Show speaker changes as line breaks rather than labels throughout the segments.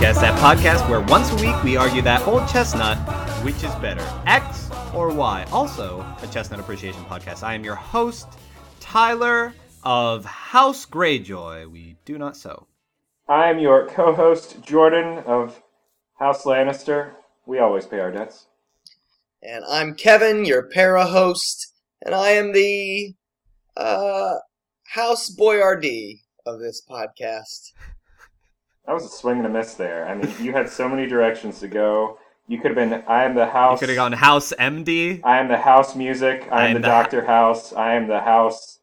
podcast where once a week we argue that old chestnut, which is better, X or Y. Also, a chestnut appreciation podcast. I am your host, Tyler of House Greyjoy. We do not sow.
I am your co-host Jordan of House Lannister. We always pay our debts.
And I'm Kevin, your para host, and I am the uh, House Boyardee of this podcast.
That was a swing and a miss there. I mean, you had so many directions to go. You could have been. I am the
You
house.
could have gone House MD.
I am the house music. I, am, the, Doctor House. I am the house.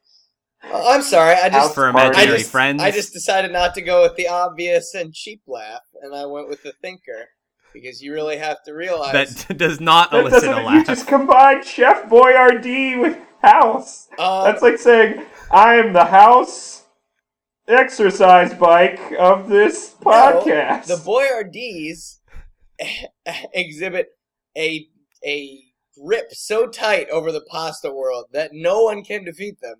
Oh, I'm sorry, I
House
just
for
party.
imaginary
I just-
friends.
I just decided not to go with the obvious and cheap laugh, and I went with the thinker because you really have to realize.
that does not
That
elicit
doesn't-
a
you
laugh.
just combined Chef Boyardee with house.
um,
That's like saying I am the house exercise bike of this
No,
podcast.
The Boyardees exhibit a a grip so tight over the pasta world that no one can defeat them.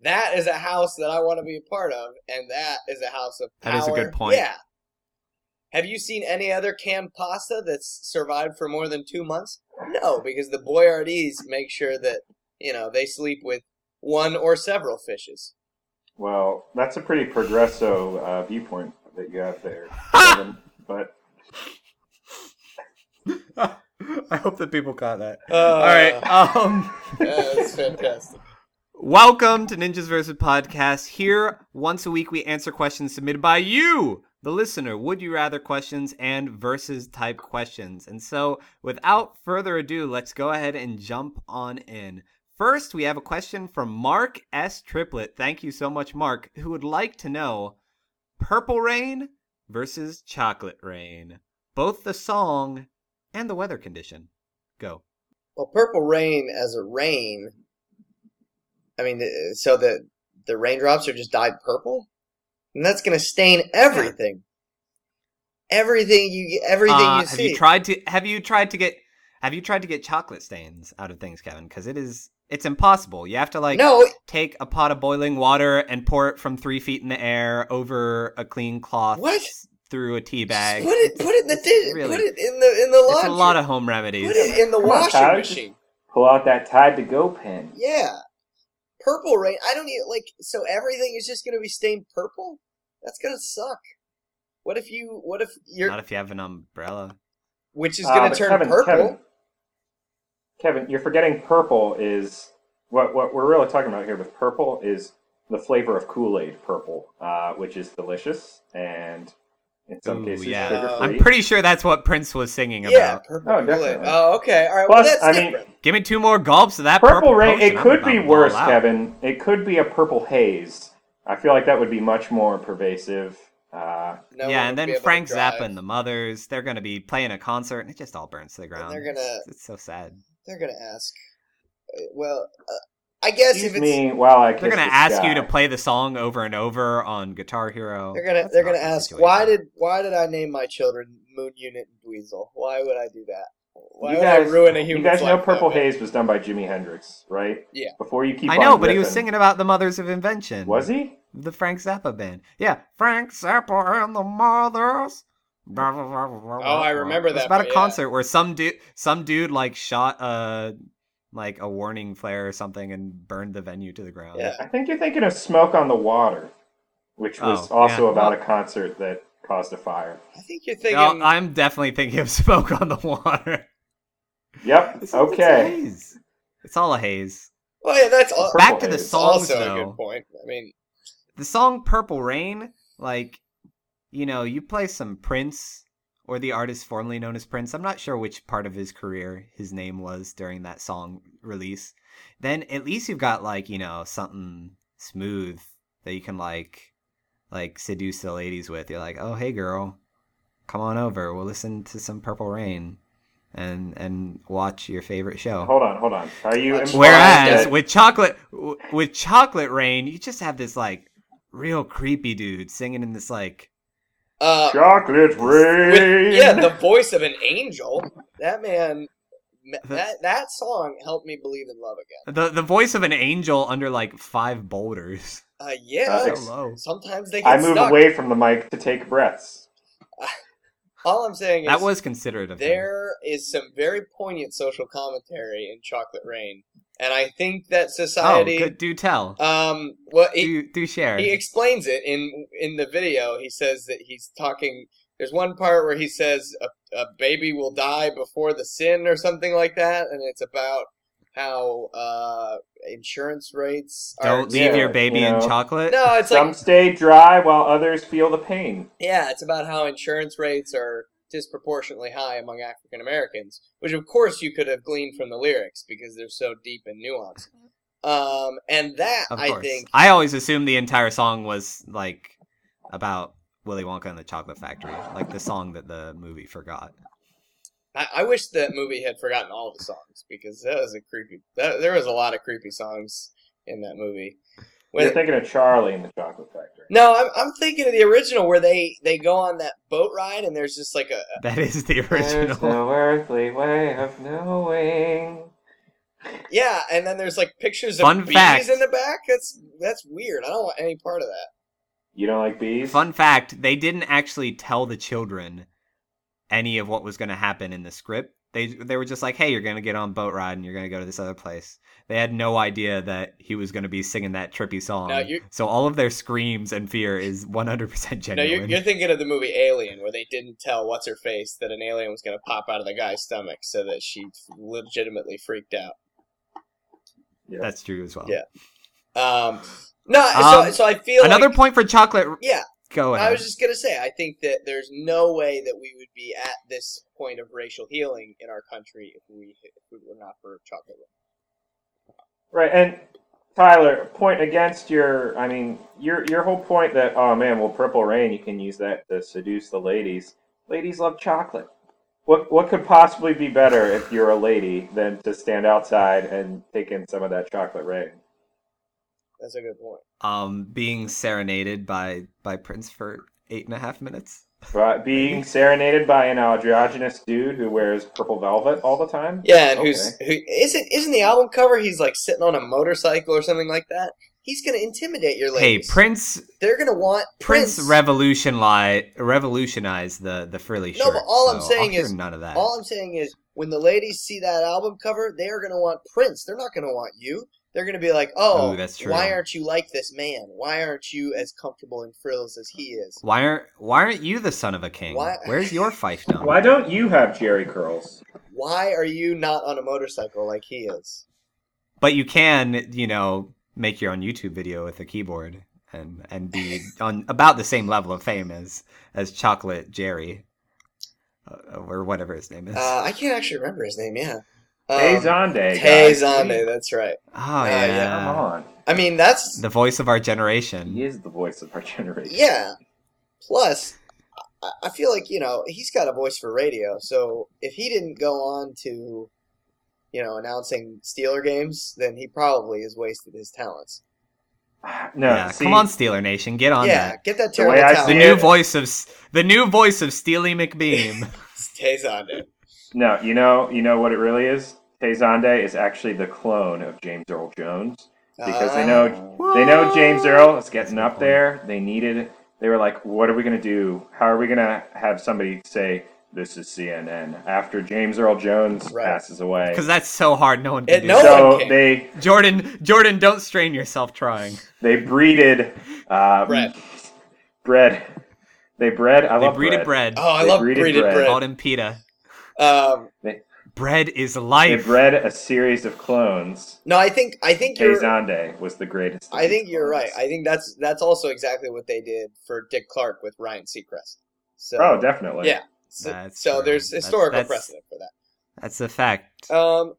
That is a house that I want to be a part of, and that is a house of power.
That is a good point.
Yeah. Have you seen any other canned pasta that's survived for more than two months? No, because the Boyardees make sure that you know they sleep with one or several fishes.
Well, that's a pretty progresso uh, viewpoint that you have there.
Ah!
Kevin. but
I hope that people caught that.
Uh,
All right. Um,
yeah, that's fantastic.
Welcome to Ninjas vs. Podcast. Here, once a week, we answer questions submitted by you, the listener. Would you rather questions and versus type questions. And so, without further ado, let's go ahead and jump on in. First, we have a question from Mark S. Triplet. Thank you so much, Mark, who would like to know Purple Rain versus Chocolate Rain, both the song and the weather condition. Go.
Well, purple rain as a rain. I mean, the- so the the raindrops are just dyed purple, and that's going to stain everything. Everything you everything
Uh,
you
have
see.
you tried to have you tried to get have you tried to get chocolate stains out of things, Kevin? Because it is it's impossible. You have to like
no,
take a pot of boiling water and pour it from three feet in the air over a clean cloth
What?
s- through a tea bag.
put it put it in the dish.
really-
put it in the in the
It's
laundry.
a lot of home
put
remedies.
it in the
Come on,
washing
Tyler, just-
machine.
pull out that Tide to Go pen.
Yeah, purple rain. I don't even like. So everything is just going to be stained purple. That's going to suck. What if you? What if you're?
Not if you have an umbrella.
which is
Uh,
going to
but
turn
Kevin,
purple.
Kevin, Kevin, you're forgetting purple is what what we're really talking about here with purple is the flavor of Kool Aid purple, uh, which is delicious and in some
Ooh,
cases
yeah.
sugar free.
I'm pretty sure that's what Prince was singing about.
Yeah, purple.
Oh,
Kool-Aid.
definitely.
Oh, okay. All right.
Plus,
well, that's
I mean,
different.
Give me two more gulps of that
purple,
purple,
rain.
potion.
It
I'm
could
about
be
to ball
worse,
out.
Kevin. It could be a purple haze. I feel like that would be much more pervasive. Uh,
No one
yeah,
would
and
be
then
able to
Frank
drive.
Zappa and the Mothers, they're going to be playing a concert and it just all burns to the ground.
they're gonna-
it's so sad.
They're gonna ask. uh, Well, uh, I guess if
excuse
it's
me while I.
They're
kiss
gonna
the
ask you
sky.
to play the song over and over on Guitar Hero.
they're gonna
That's
they're
not
gonna
the
ask
situation.
why did why did I name my children Moon Unit and Dweezil? Why would I do that? Why
You
would I
guys-
ruin a
You
human?
guys know
life
Purple
that way?
Haze was done by Jimi Hendrix, right?
Yeah.
Before you keep
I know,
on
but he was
riffing.
singing about the Mothers of Invention.
Was he?
the Frank Zappa band? Yeah, Frank Zappa and the Mothers. Oh,
I remember
It's
that
about
part,
a
yeah.
concert where some dude, some dude, like shot a like a warning flare or something and burned the venue to the ground.
Yeah.
I think you're thinking of Smoke on the Water, which was
Oh,
also
yeah.
about
Well-
a concert that caused a fire.
I think you're thinking.
No, I'm definitely thinking of smoke on the water.
Yep.
It's- It's, a
okay.
haze. It's all a haze.
well, yeah, that's all,
Purple
Back to the
haze.
songs,
also
though.
a good point. I mean,
the song Purple Rain, like, you know, you play some Prince or the artist formerly known as Prince. I'm not sure which part of his career his name was during that song release. Then at least you've got like, you know, something smooth that you can like like seduce the ladies with. You're like, "Oh, hey girl, come on over. We'll listen to some Purple Rain and and watch your favorite show."
Hold on, hold on. Are you
Whereas-
implying
Whereas
that-
with chocolate, w- with chocolate rain, you just have this like real creepy dude singing in this like
uh,
chocolate rain?
with, yeah, the voice of an angel. That man. That that song helped me believe in love again.
the the voice of an angel under like five boulders.
Uh,
Uh,
yeah.
ex-
Hello.
Sometimes they get
I moved
stuck.
away from the mic to take breaths.
All I'm saying is
That was considerate of him.
there is some very poignant social commentary in Chocolate Rain, and I think that
Oh,
society.
good, do tell.
Um, well, he,
do, do share.
he explains it in in the video. He says that he's talking. There's one part where he says a, a baby will die before the sin or something like that, and it's about how uh, insurance rates are.
Don't leave
Yeah,
your baby
you
in
know.
chocolate.
No, it's
Some
like
stay dry while others feel the pain.
yeah, it's about how insurance rates are disproportionately high among African Americans, which of course you could have gleaned from the lyrics because they're so deep and nuanced. Um, and that
Of
I
course.
think
I always assumed the entire song was like about Willy Wonka and the Chocolate Factory, like the song that the movie forgot.
I, I wish that movie had forgotten all the songs because that was a creepy. That, there was a lot of creepy songs in that movie. When-
You're thinking of Charlie in the Chocolate Factory.
no, I'm, I'm thinking of the original where they they go on that boat ride and there's just like a
That is the
There's
original.
no earthly way of knowing.
yeah, and then there's like pictures of
Fun
bees
fact.
in the back. That's that's weird. I don't want any part of that.
You don't like bees?
Fun fact: They didn't actually tell the children any of what was going to happen in the script. They they were just like, "Hey, you're going to get on boat ride and you're going to go to this other place." They had no idea that he was going to be singing that trippy song.
No, you-
so all of their screams and fear is 100%
No,
genuine.
you're, you're thinking of the movie Alien where they didn't tell what's her face that an alien was going to pop out of the guy's stomach so that she legitimately freaked out.
Yeah.
That's true as well.
Yeah. Um, no, so
Um,
so I feel
Another
like,
point for chocolate.
Yeah,
Go ahead.
I was just gonna say, I think that there's no way that we would be at this point of racial healing in our country if we if we were not for chocolate.
Right, and Tyler, point against your. I mean, your your whole point that oh man, well, Purple Rain, you can use that to seduce the ladies. Ladies love chocolate. What what could possibly be better if you're a lady than to stand outside and take in some of that chocolate rain?
That's a good point.
um, being serenaded by by Prince for eight and a half minutes.
But being serenaded by an androgynous dude who wears purple velvet all the time.
Yeah, and
Okay.
who's who isn't isn't the album cover? He's like sitting on a motorcycle or something like that. He's gonna intimidate your
Hey,
ladies.
Prince
They're gonna want
Prince,
Prince.
revolution li- revolutionized the the frilly
No,
shirt.
but all I'm
so
saying
I'll hear
is-
none of that.
All I'm saying is, when the ladies see that album cover, they are gonna want Prince. They're not gonna want you. They're gonna be like, oh,
Ooh, that's true.
why aren't you like this man? Why aren't you as comfortable in frills as he is?
Why aren't Why aren't you the son of a king?
Why-
Where's your fiefdom?
Why don't you have Jerry curls?
why are you not on a motorcycle like he is?
But you can, you know, make your own YouTube video with a keyboard and and be on about the same level of fame as as Chocolate Jerry uh, or whatever his name is.
Uh, I can't actually remember his name. Yeah,
Hey
um,
Zonde.
Tay
guys,
Zonde.
please,
That's right.
oh
yeah,
yeah,
Come on.
I mean, that's
the voice of our generation.
He is the voice of our generation.
yeah. Plus, I, I feel like you know he's got a voice for radio. So if he didn't go on to, you know, announcing Steeler games, then he probably has wasted his talents.
No,
yeah,
see,
come on, Steeler Nation, get on
yeah,
that.
get that
The way
terrible
I
The
see
talent.
Yeah.
new voice of S- the new voice of Steely McBeam.
Tay Zonde.
No, you know, you know what it really is. Tezande is actually the clone of James Earl Jones. Because they know-
Uh,
They know James
Oh.
Earl is
That's a
getting
good
up
point.
there. They needed. They were like, "What are we gonna do? How are we gonna have somebody say this is CNN after James Earl Jones
Right.
passes away?"
because that's so hard. No one can
It-
do
no
that.
so
one can.
they
Jordan, Jordan, don't strain yourself trying.
they breeded uh,
Bread.
bread. They bred. I
They
love
breeded
bread.
bread.
Oh, I
They
love
breeded
breeded
bread.
Called
bread.
him PETA.
Um,
Bread is
They
life.
bred a series of clones.
no, I think I think you're
Tezande was the greatest. of
I
these
think you're
clones.
right. I uh, think that's that's also exactly what they did for Dick Clark with Ryan Seacrest. So
Oh, definitely.
yeah. So,
That's
so
true.
there's
That's-
historical
that's-
precedent for that.
That's a fact.
Um,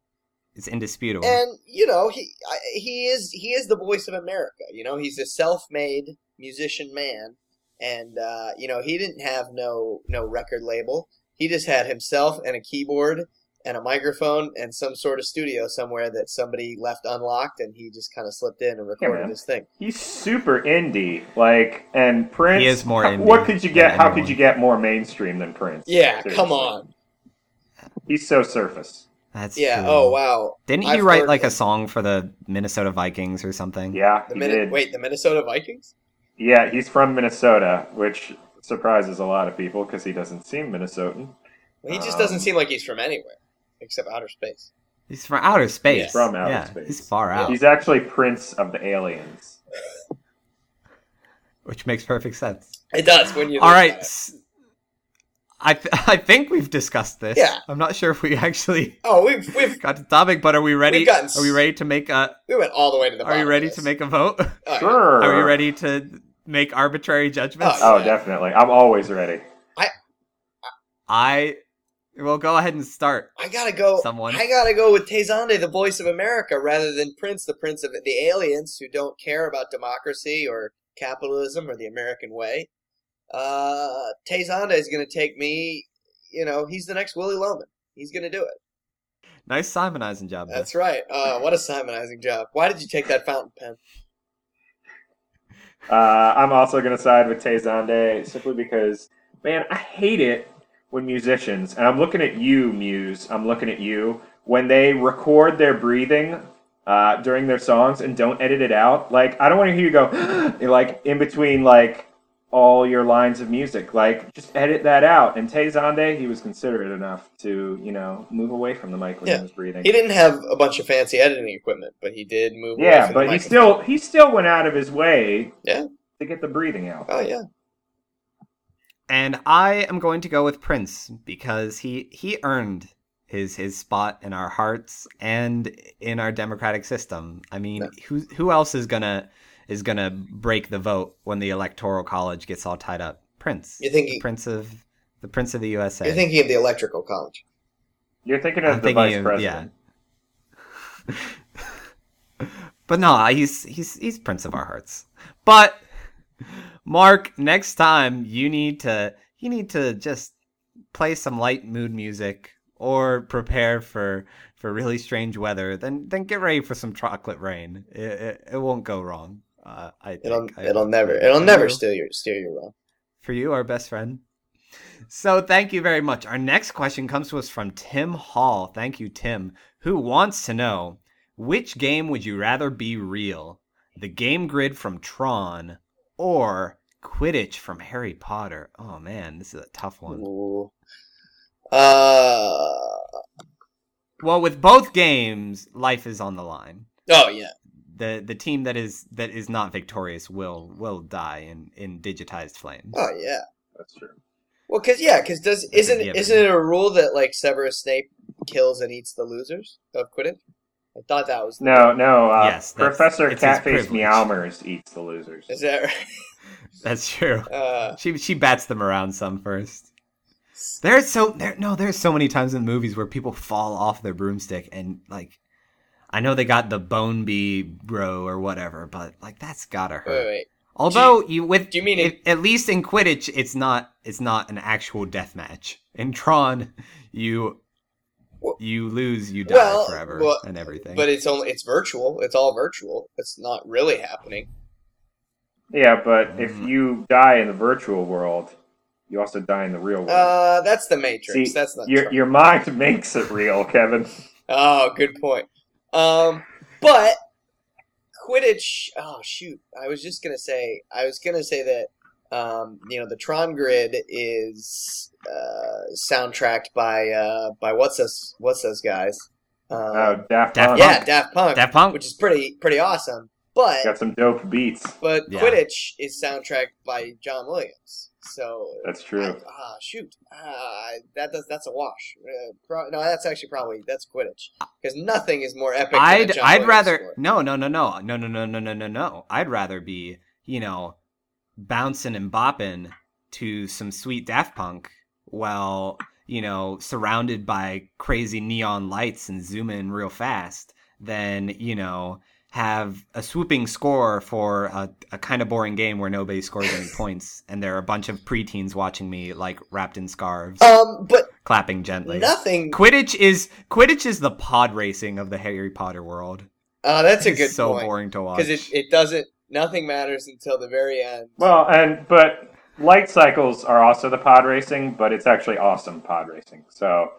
It's indisputable.
and you know he I- he is he is the voice of America. You know he's a self-made musician man, and uh, you know he didn't have no no record label. He just had himself and a keyboard and a microphone and some sort of studio somewhere that somebody left unlocked, and he just kind of slipped in and recorded
man.
his thing.
He's super indie, like, and Prince.
He is more
how-
indie
What could you get?
than
How
anyone.
could you get more mainstream than Prince?
Yeah, come
Seriously.
on.
He's so surface.
that's
Yeah.
true.
Oh wow.
Didn't he
I've
write
heard
like a
that.
song for the Minnesota Vikings or something?
Yeah,
The
he
Min-
did.
wait, the Minnesota Vikings?
Yeah, he's from Minnesota, which surprises a lot of people because he doesn't seem Minnesotan.
He just
Um,
doesn't seem like he's from anywhere except outer space.
He's from outer space.
He's
from outer
yeah,
space.
He's far
Oh.
out,
He's actually Prince of the Aliens.
which makes perfect sense.
It does when you.
All
think
right.
about it.
s- I, th- I think we've discussed this.
Yeah.
I'm not sure if we actually
Oh, we've we've
got to the topic, but are we ready?
We've gotten s-
Are we ready to make a?
we went all the way to the.
Are you
bottom
ready
of
to
this.
make a vote?
Oh, yeah.
Sure.
Are we ready to make arbitrary judgments?
Oh,
Oh, definitely. I'm always ready.
I well go ahead and start.
I gotta go.
Someone.
I gotta go with Tezande, the voice of America, rather than Prince, the prince of the aliens who don't care about democracy or capitalism or the American way. Uh, Tezande is gonna take me. You know, he's the next Willie Loman. He's gonna do it.
Nice Simonizing job. there.
That's right. Uh, what a simonizing job. Why did you take that fountain pen?
Uh, I'm also going to side with Tezande simply because, man, I hate it when musicians, and I'm looking at you, Muse, I'm looking at you, when they record their breathing uh, during their songs and don't edit it out. Like, I don't want to hear you go, like, in between, like, all your lines of music. Like, just edit that out. And Tezande, he was considerate enough to, you know, move away from the mic when
Yeah.
he was breathing.
He didn't have a bunch of fancy editing equipment, but he did move. away
Yeah,
from the
but he
microphone.
still he still went out of his way
Yeah.
to get the breathing out.
Oh yeah.
And I am going to go with Prince because he he earned his his spot in our hearts and in our democratic system. I mean, who who else is gonna is gonna break the vote when the electoral college gets all tied up? Prince.
You're thinking-
the Prince of the Prince of the USA.
You're thinking of the Electrical College.
You're thinking of
I'm
the
thinking
vice
of-
president.
But no, he's he's he's Prince of our hearts. But Mark, next time you need to you need to just play some light mood music or prepare for for really strange weather. Then then get ready for some chocolate rain. It it, it won't go wrong. Uh, I think.
It'll
I-
it'll never it'll never
True
steer your steer you wrong.
for you, our best friend. So thank you very much. Our next question comes to us from Tim Hall. Thank you, Tim, who wants to know which game would you rather be real? The game grid from Tron or Quidditch from Harry Potter? Oh man, this is a tough one.
Ooh. Uh
Well, with both games, life is on the line.
oh yeah.
The the team that is that is not victorious will will die in, in digitized flames.
Oh yeah.
That's true.
Well, cause yeah, cause does
That's a
isn't
given.
isn't it a rule that like Severus Snape kills and eats the losers of Quidditch? I thought that was
No, no. Uh,
Yes, that's-
Professor
it's his
Catface
privilege.
Meowmers eats the losers.
is that
That's true.
right? Uh,
She she bats them around some first. There's so there no there's so many times in movies where people fall off their broomstick and like I know they got the bone bee bro or whatever, but like that's gotta hurt.
wait, wait, wait.
Although you, with
do you mean
if- at least in Quidditch it's not it's not an actual death match. In Tron, you
Well-
you lose, you die
well,
forever
well,
and everything.
But it's only it's virtual. It's all virtual. It's not really happening.
Yeah, but if
Mm.
you die in the virtual world, you also die in the real world.
Uh, that's the Matrix.
See,
that's not
your
Tron.
your mind makes it real, Kevin.
Oh, good point. Um, but Quidditch. Oh shoot, I was just gonna say. I was gonna say that. Um, you know, the Tron Grid is uh, soundtracked by uh, by what's this? What's those guys? Um,
Uh, Daft
Daft
Punk
yeah, Daft Punk,
Daft Punk
which is pretty pretty awesome. But
got some dope beats.
but
Yeah.
Quidditch is soundtracked by John Williams. So
That's true.
Ah, shoot. Ah, that does, that's a wash. Uh, pro- no, that's actually probably that's Quidditch because nothing is more epic. than a
I'd
John
I'd
Williams
rather
score.
no no no no no no no no no no no. I'd rather be you know bouncing and bopping to some sweet Daft Punk while you know surrounded by crazy neon lights and zooming real fast than you know have a swooping score for a, a kind of boring game where nobody scores any points and there are a bunch of preteens watching me like wrapped in scarves
Um, but
clapping gently.
nothing.
Quidditch is Quidditch is the pod racing of the Harry Potter world.
Oh, that's a good
It's so
point
boring to watch.
because it it doesn't. Nothing matters until the very end.
Well, and but light cycles are also the pod racing, but it's actually awesome pod racing. So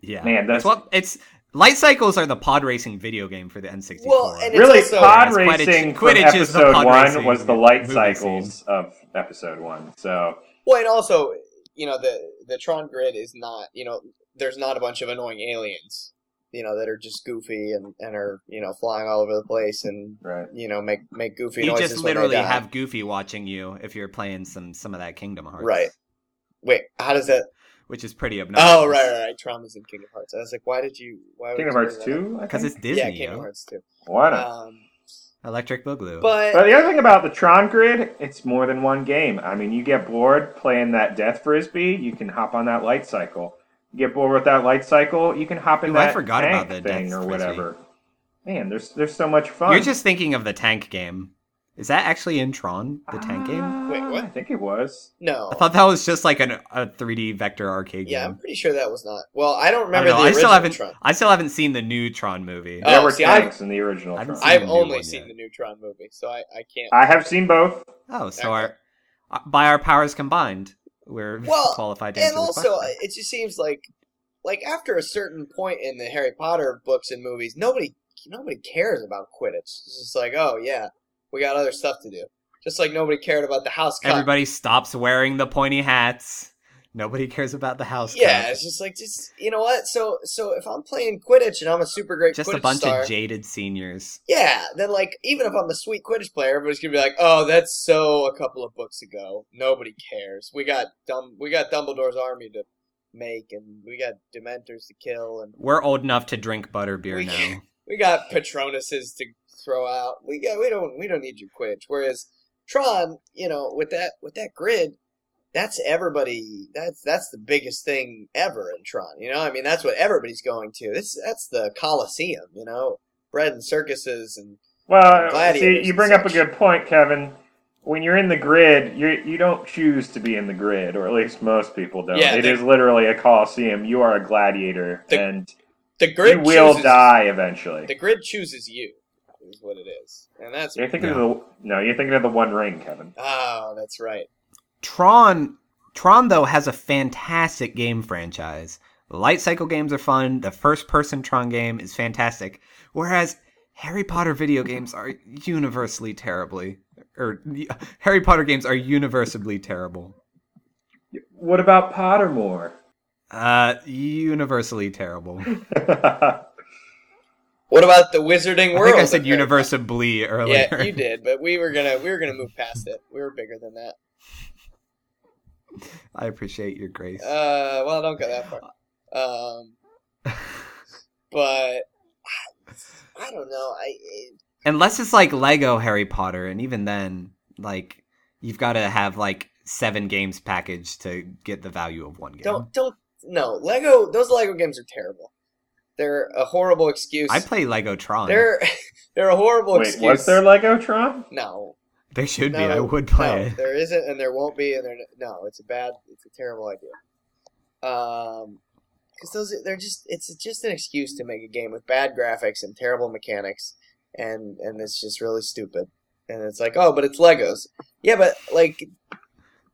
yeah,
man, that's-
it's, what, it's light cycles are the pod racing video game for the N64.
Well, and it- It's
really,
also-
pod
Yes, Quidditch-
racing
Quidditch
from
is the
episode
pod
one
racing
was the
movie
light
scene.
cycles of episode one. So
Well, and also, you know, the the Tron grid is not, you know, there's not a bunch of annoying aliens, you know, that are just goofy and, and are, you know, flying all over the place and
Right.
you know make make goofy
you
noises.
just
when they
literally
die.
have Goofy watching you if you're playing some some of that Kingdom Hearts,
Right. Wait, how does that?
Which is pretty obnoxious.
Oh, right, right, right. Traumas in Kingdom Hearts. I was like, why did you? Why would
Kingdom
you do
Hearts
that?
two, I
Because Uh,
think.
it's Disney,
yeah, Kingdom
yo.
Hearts two.
Why not?
Um,
Electric Boogaloo.
But
but
the other thing about the Tron Grid, it's more than one game. I mean, you get bored playing that Death Frisbee, you can hop on that light cycle. You get bored with that light cycle, you can hop in
Ooh, I
that
forgot
tank
about the
thing
Death
or
Frisbee.
whatever. Man, there's there's so much fun.
You're just thinking of the tank game. Is that actually in Tron, the tank game?
Ah,
Wait, what?
I think it was.
no.
I thought that was just like an, a 3D vector arcade
Yeah, I'm
game.
pretty sure that was not. Well,
I
I don't
don't
remember
know,
the
I still
original
haven't.
Tron.
I still haven't seen the new Tron movie.
Oh,
there were
see, I've-
tanks in the original
I haven't
Tron.
seen-
I've
the new
only
one
seen
yet.
the new Tron movie, so I, I can't.
I have seen both.
oh, so
okay.
our by our powers combined, we're
Well,
qualified to answer
and
this
also, uh,
question.
it just seems like, like after a certain point in the Harry Potter books and movies, nobody nobody cares about Quidditch. It's just like, oh yeah, we got other stuff to do. Just like nobody cared about the house cup.
Everybody stops wearing the pointy hats. Nobody cares about the house.
yeah,
cup.
it's just like, just you know what? So, so if I'm playing Quidditch and I'm a super great
just
Quidditch
a bunch
star,
of jaded seniors.
Yeah, then like even if I'm a sweet Quidditch player, everybody's gonna be like, "Oh, that's so a couple of books ago. Nobody cares. We got dumb. We got Dumbledore's army to make, and we got Dementors to kill, and
We're old enough to drink butterbeer
We-
now.
we got Patronuses to throw out. We got we don't we don't need your Quidditch. Whereas Tron, you know, with that with that grid, that's everybody. That's that's the biggest thing ever in Tron. You know, I mean, that's what everybody's going to. This that's the Colosseum. You know, bread and circuses and
Well,
Gladiators
see, you
and
bring up a
such.
good point, Kevin. When you're in the grid, you you don't choose to be in the grid, or at least most people don't.
Yeah,
it
the-
is literally a coliseum. You are a gladiator,
The
and
the grid
you will
chooses-
die eventually.
The grid chooses you, is what it is, and that's
You're thinking of the no, you're thinking of the One Ring, Kevin.
oh, that's right.
Tron Tron though has a fantastic game franchise. The light cycle games are fun. The first person Tron game is fantastic. Whereas Harry Potter video games are universally terribly or Harry Potter games are universally terrible.
What about Pottermore?
Uh universally terrible.
What about the Wizarding
I
World?
think I said
that Harry Potter-
universally earlier.
Yeah, you did, but we were gonna we were gonna move past it. We were bigger than that.
I appreciate your grace.
Uh, well, don't go that far. Um, but I, I don't know. I it-
unless it's like Lego Harry Potter, and even then, like you've got to have like seven games packaged to get the value of one game.
don't don't no Lego. Those Lego games are terrible. They're a horrible excuse.
I play Lego Tron. There,
they're they're a horrible
Wait,
excuse.
was there Lego Tron?
no,
should be.
No,
I would play
no,
it.
There isn't, and there won't be, and there no. It's a bad. It's a terrible idea. Um, because those are- they're just it's just an excuse to make a game with bad graphics and terrible mechanics, and and it's just really stupid. And it's like, oh, but it's Legos. Yeah, but like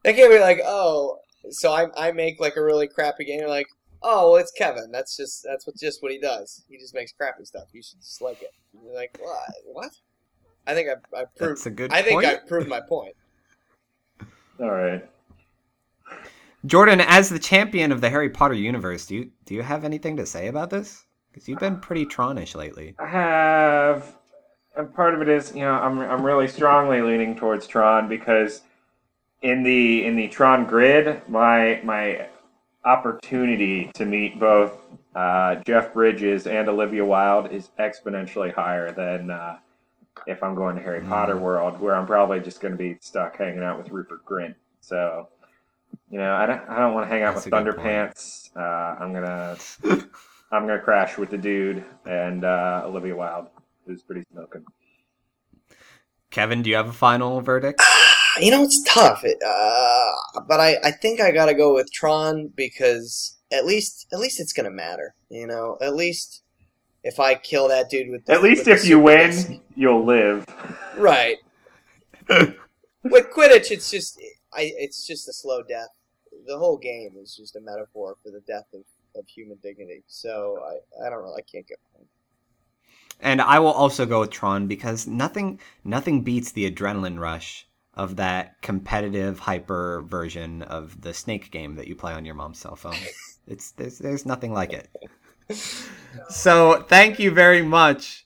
that can't be like, oh, so I I make like a really crappy game. You're like, oh, well, it's Kevin. That's just that's what just what he does. He just makes crappy stuff. You should just like it. And you're like, what? What? I think I I proved
That's a good
I think
point.
I proved my point.
All right.
Jordan, as the champion of the Harry Potter universe, do you do you have anything to say about this? Because you've been pretty Tronish lately.
I have, and part of it is you know I'm I'm really strongly leaning towards Tron because in the in the Tron grid my my opportunity to meet both uh, Jeff Bridges and Olivia Wilde is exponentially higher than uh, if I'm going to Harry
Mm.
Potter world where I'm probably just going to be stuck hanging out with Rupert Grint. So. You know, I don't, I don't want to hang out
That's
with
a good point.
Thunderpants. Uh, I'm gonna I'm gonna crash with the dude and uh, Olivia Wilde, who's pretty smoking.
Kevin, do you have a final verdict?
You know, it's tough. It, uh, but I, I think I gotta go with Tron because at least at least it's gonna matter. You know, at least if I kill that dude with the,
At least
with the
if you
super
win,
disc.
you'll live.
right? with Quidditch, it's just I it's just a slow death. The whole game is just a metaphor for the death of, of human dignity. So I, I don't know. I can't get.
And I will also go with Tron because nothing nothing beats the adrenaline rush of that competitive hyper version of the snake game that you play on your mom's cell phone. it's there's, there's nothing like it. so thank you very much,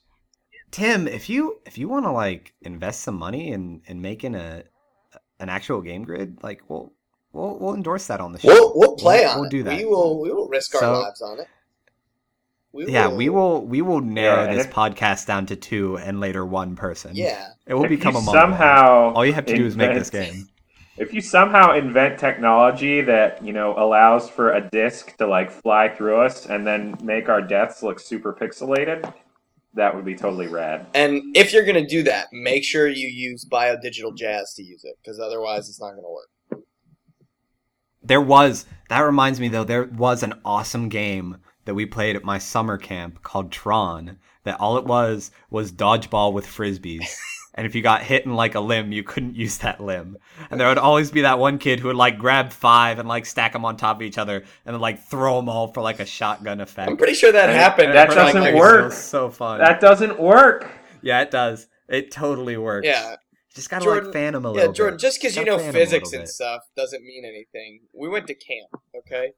Tim. If you if you want to like invest some money in in making a an actual game grid, like we'll we'll we'll endorse that on the show.
We'll, we'll play on
We'll
it.
do that.
We will we will risk our
So-
lives on it. We
yeah, we will we will narrow
Yeah.
this podcast down to two and later one person.
Yeah.
it will
If you
become a monologue.
somehow
All you have to do is make this
invent-
game.
If you somehow invent technology that you know allows for a disc to like fly through us and then make our deaths look super pixelated, that would be totally rad.
And if you're gonna do that, make sure you use biodigital jazz to use it, because otherwise it's not gonna work.
There was that reminds me though. There was an awesome game that we played at my summer camp called Tron. That all it was was dodgeball with frisbees. And if you got hit in like a limb, you couldn't use that limb. And there would always be that one kid who would like grab five and like stack them on top of each other and then like throw them all for like a shotgun effect.
I'm pretty sure that
And
happened.
that
for, like,
doesn't
like-
It was
work.
So fun.
That doesn't work.
yeah, it does. It totally works.
Yeah,
just gotta
Jordan-
like fan them a
yeah,
little.
Jordan.
Bit.
Just because you
Gotta
know
fan 'em a
physics
little
and
bit.
stuff doesn't mean anything. We went to camp, okay?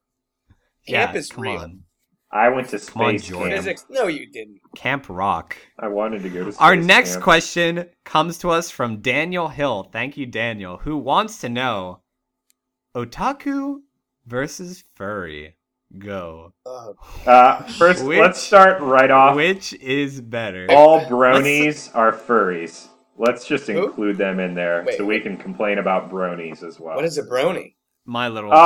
Yeah,
Camp is
come
real.
on.
I went to
Come on,
space
Jordan.
camp.
Physics? No, you didn't.
Camp Rock.
I wanted to go to space
Our next
camp.
question comes to us from Daniel Hill. Thank you, Daniel, who wants to know otaku versus furry. Go.
Oh,
Uh, first,
Which-
let's start right off.
Which is better?
All bronies are furries. Let's just
Who?
include them in there
Wait.
so we can complain about bronies as well.
what is a brony?
My little.
Aw,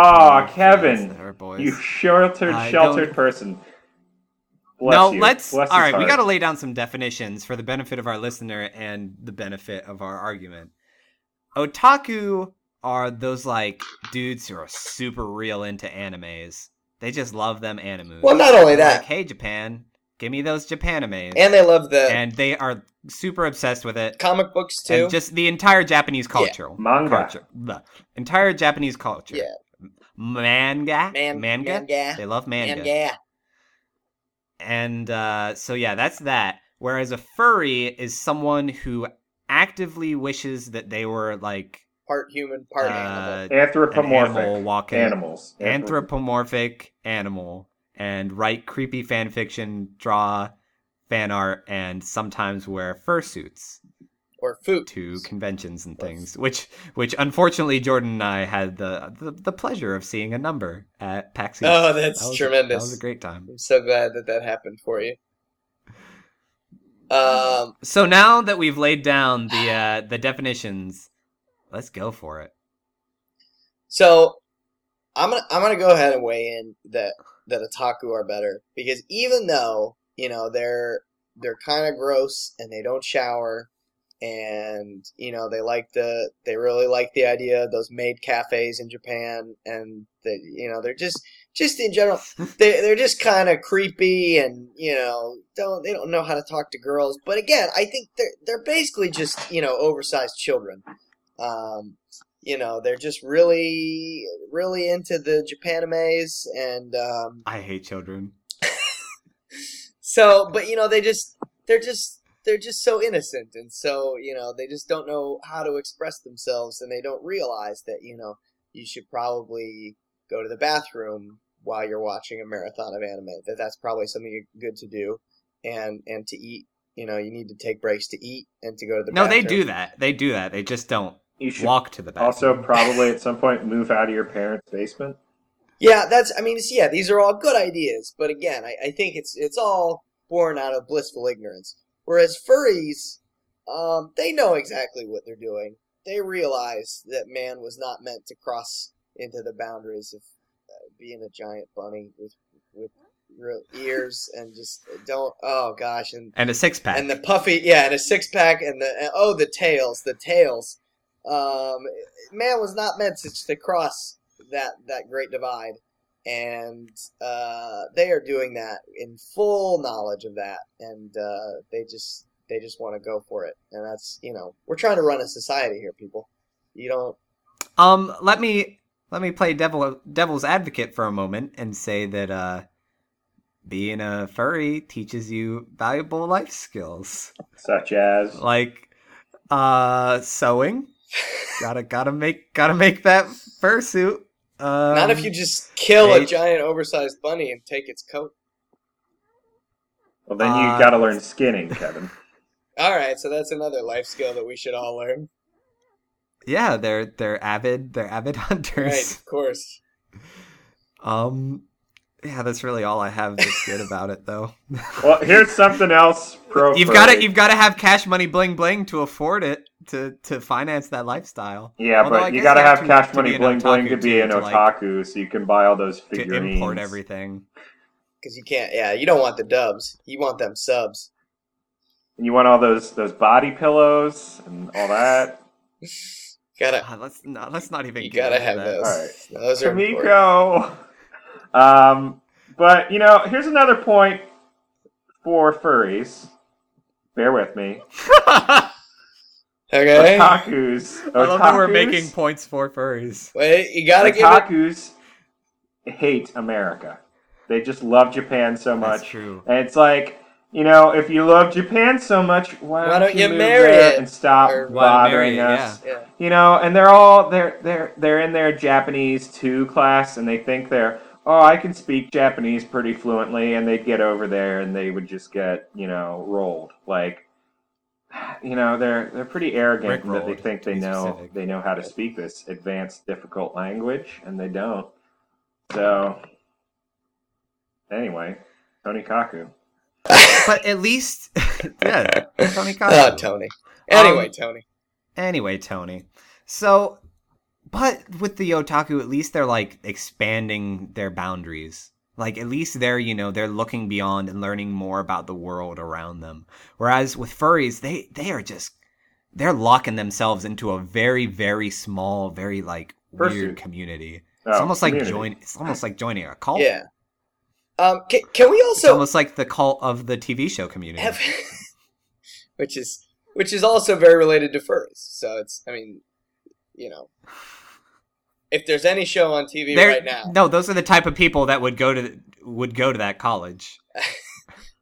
pony
ah, Kevin,
friends that are boys.
You sheltered,
I
sheltered
don't-
person. Bless
no,
you.
let's.
Bless
all
his
right, we
heart.
got to lay down some definitions for the benefit of our listener and the benefit of our argument. Otaku are those like dudes who are super real into animes. They just love them animes.
Well, not only
They're
that,
like, hey Japan, give me those Japanimes, and,
and they love the
and they are super obsessed with it.
comic books too.
And just the entire Japanese culture,
Manga.
culture, the entire Japanese culture,
Yeah.
manga,
Man-
manga.
manga,
They love manga.
manga.
And uh, so, yeah, that's that. Whereas a furry is someone who actively wishes that they were like
part human,
uh,
part animal.
an
anthropomorphic
animal walking,
animals.
anthropomorphic animal, and write creepy fan fiction, draw fan art, and sometimes wear fursuits
or food.
to conventions and things. Which, which unfortunately, Jordan and I had the the, the pleasure of seeing a number at PAX. East.
Oh, that's
That was-
tremendous.
That was a great time.
I'm so glad that that happened for you. Um,
So now that we've laid down the uh, the definitions, let's go for it.
so I'm gonna I'm gonna go ahead and weigh in that that otaku are better because even though you know they're they're kind of gross and they don't shower and you know they like the they really like the idea of those maid cafes in Japan and they you know they're just just in general they they're just kind of creepy and you know don't they don't know how to talk to girls but again I think they're they're basically just you know oversized children um you know they're just really really into the Japanimes and um
I hate children.
so, but you know, they just they're just they're just so innocent and so, you know, they just don't know how to express themselves and they don't realize that, you know, you should probably go to the bathroom while you're watching a marathon of anime. That that's probably something good to do and and to eat, you know, you need to take breaks to eat and to go to the
No,
bathroom.
they do that. They do that. They just don't
You should
walk to the bathroom.
also probably at some point move out of your parents' basement.
Yeah, that's. I mean, it's, yeah, these are all good ideas, but again, I, I think it's it's all born out of blissful ignorance. Whereas furries, um, they know exactly what they're doing. They realize that man was not meant to cross into the boundaries of uh, being a giant bunny with with real ears and just don't. Oh gosh, and
and a six pack.
and the puffy, yeah, and a six pack, and the and- oh, the tails, the tails. Um, man was not meant to, to cross that that great divide, and uh, they are doing that in full knowledge of that, and uh, they just they just want to go for it, and that's you know we're trying to run a society here, people. You don't.
Um, let me let me play devil devil's advocate for a moment and say that uh, being a furry teaches you valuable life skills
Such as
like uh sewing, gotta gotta make gotta make that fursuit. Um,
Not if you just kill a
right.
giant oversized bunny and take its coat.
Well, then you
Uh,
gotta learn skinning, Kevin.
All right, so that's another life skill that we should all learn.
Yeah, they're they're avid they're avid
Right,
hunters.
of course.
Um, yeah, that's really all I have that's good about it though.
well, here's something else. Pro
you've got to you've got to have cash money bling bling to afford it to to finance that lifestyle.
Yeah,
Although I
but you
guess
gotta
you have
have
to-
cash
to be
money
an
bling bling to
otaku
be
too,
an
to, like-
otaku, so you can buy all those
To
figurines.
import everything.
Because you can't, yeah, you don't want the dubs. You want them subs.
And you want all those those body pillows and all that.
Gotta,
Ah, let's not let's not even.
you
get
gotta
into
have
that.
those.
All right.
Those are important.
Kamiko. Um, but you know, here's another point for furries. Bear with me.
Okay.
Otakus.
I love that we're
otakus-
making points for furries.
Wait, you gotta give it.
otakus hate America. They just love Japan so
That's
much.
true.
And it's like, you know, if you love Japan so much, why,
Why don't you
move
marry
there
it?
and stop
Or
why marry
bothering
it,
us?
Yeah.
You know, and they're all they're they're they're in their Japanese two class, and they think they're oh I can speak Japanese pretty fluently, and they'd get over there and they would just get you know rolled like. You know they're they're pretty arrogant in that they
Rickrolled,
think
to
they
be
know
specific.
they know how to speak this advanced difficult language and they don't. So anyway, Tony Kaku.
But at least, yeah, Tony
Oh,
Cox.
Tony. Anyway,
Um,
Tony.
Anyway, Tony. So, but with the otaku, at least they're like expanding their boundaries. Like, at least they're, you know, they're looking beyond and learning more about the world around them. Whereas with furries, they, they are just, they're locking themselves into a very, very small, very like
Fursuit.
weird community. It's
Oh,
almost like
community.
join, it's almost like joining a cult.
Yeah. Um, can, can we
It's
also
almost like the cult of the TV show community.
have, which is which is also very related to furries. So it's, I mean, you know, if there's any show on TV
They're-
right now,
No, those are the type of people that would go to would go to that college.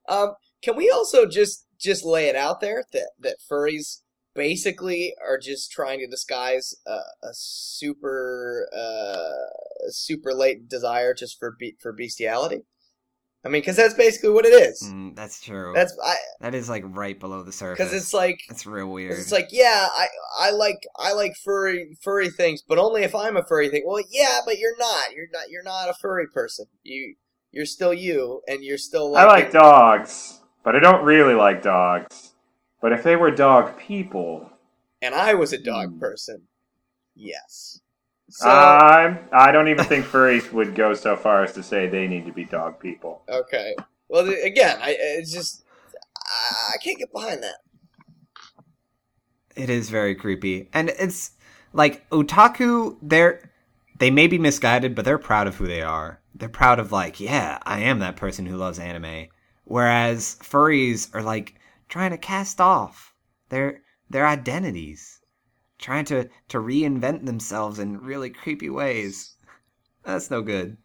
Um, can we also just just lay it out there that that furries basically are just trying to disguise a, a super uh, a super late desire just for be- for bestiality? I mean, because that's basically what it is.
Mm, that's true.
That's I
that is like right below the surface.
because it's like
it's real weird.
it's like yeah, I I like I like furry furry things, but only if I'm a furry thing. Well, yeah, but you're not. You're not. You're not a furry person. You you're still you, and you're still like
I like dogs, but I don't really like dogs. But if they were dog people,
and I was a dog
Hmm.
person. Yes. So
Uh,
I'm- I don't even think furries would go so far as to say they need to be dog people.
okay. Well, th- again, I it's just I, I can't get behind that.
it is very creepy, and it's like otaku. They're they may be misguided, but they're proud of who they are. They're proud of like, yeah, I am that person who loves anime. Whereas furries are like trying to cast off their their identities, trying to to reinvent themselves in really creepy ways. That's no good.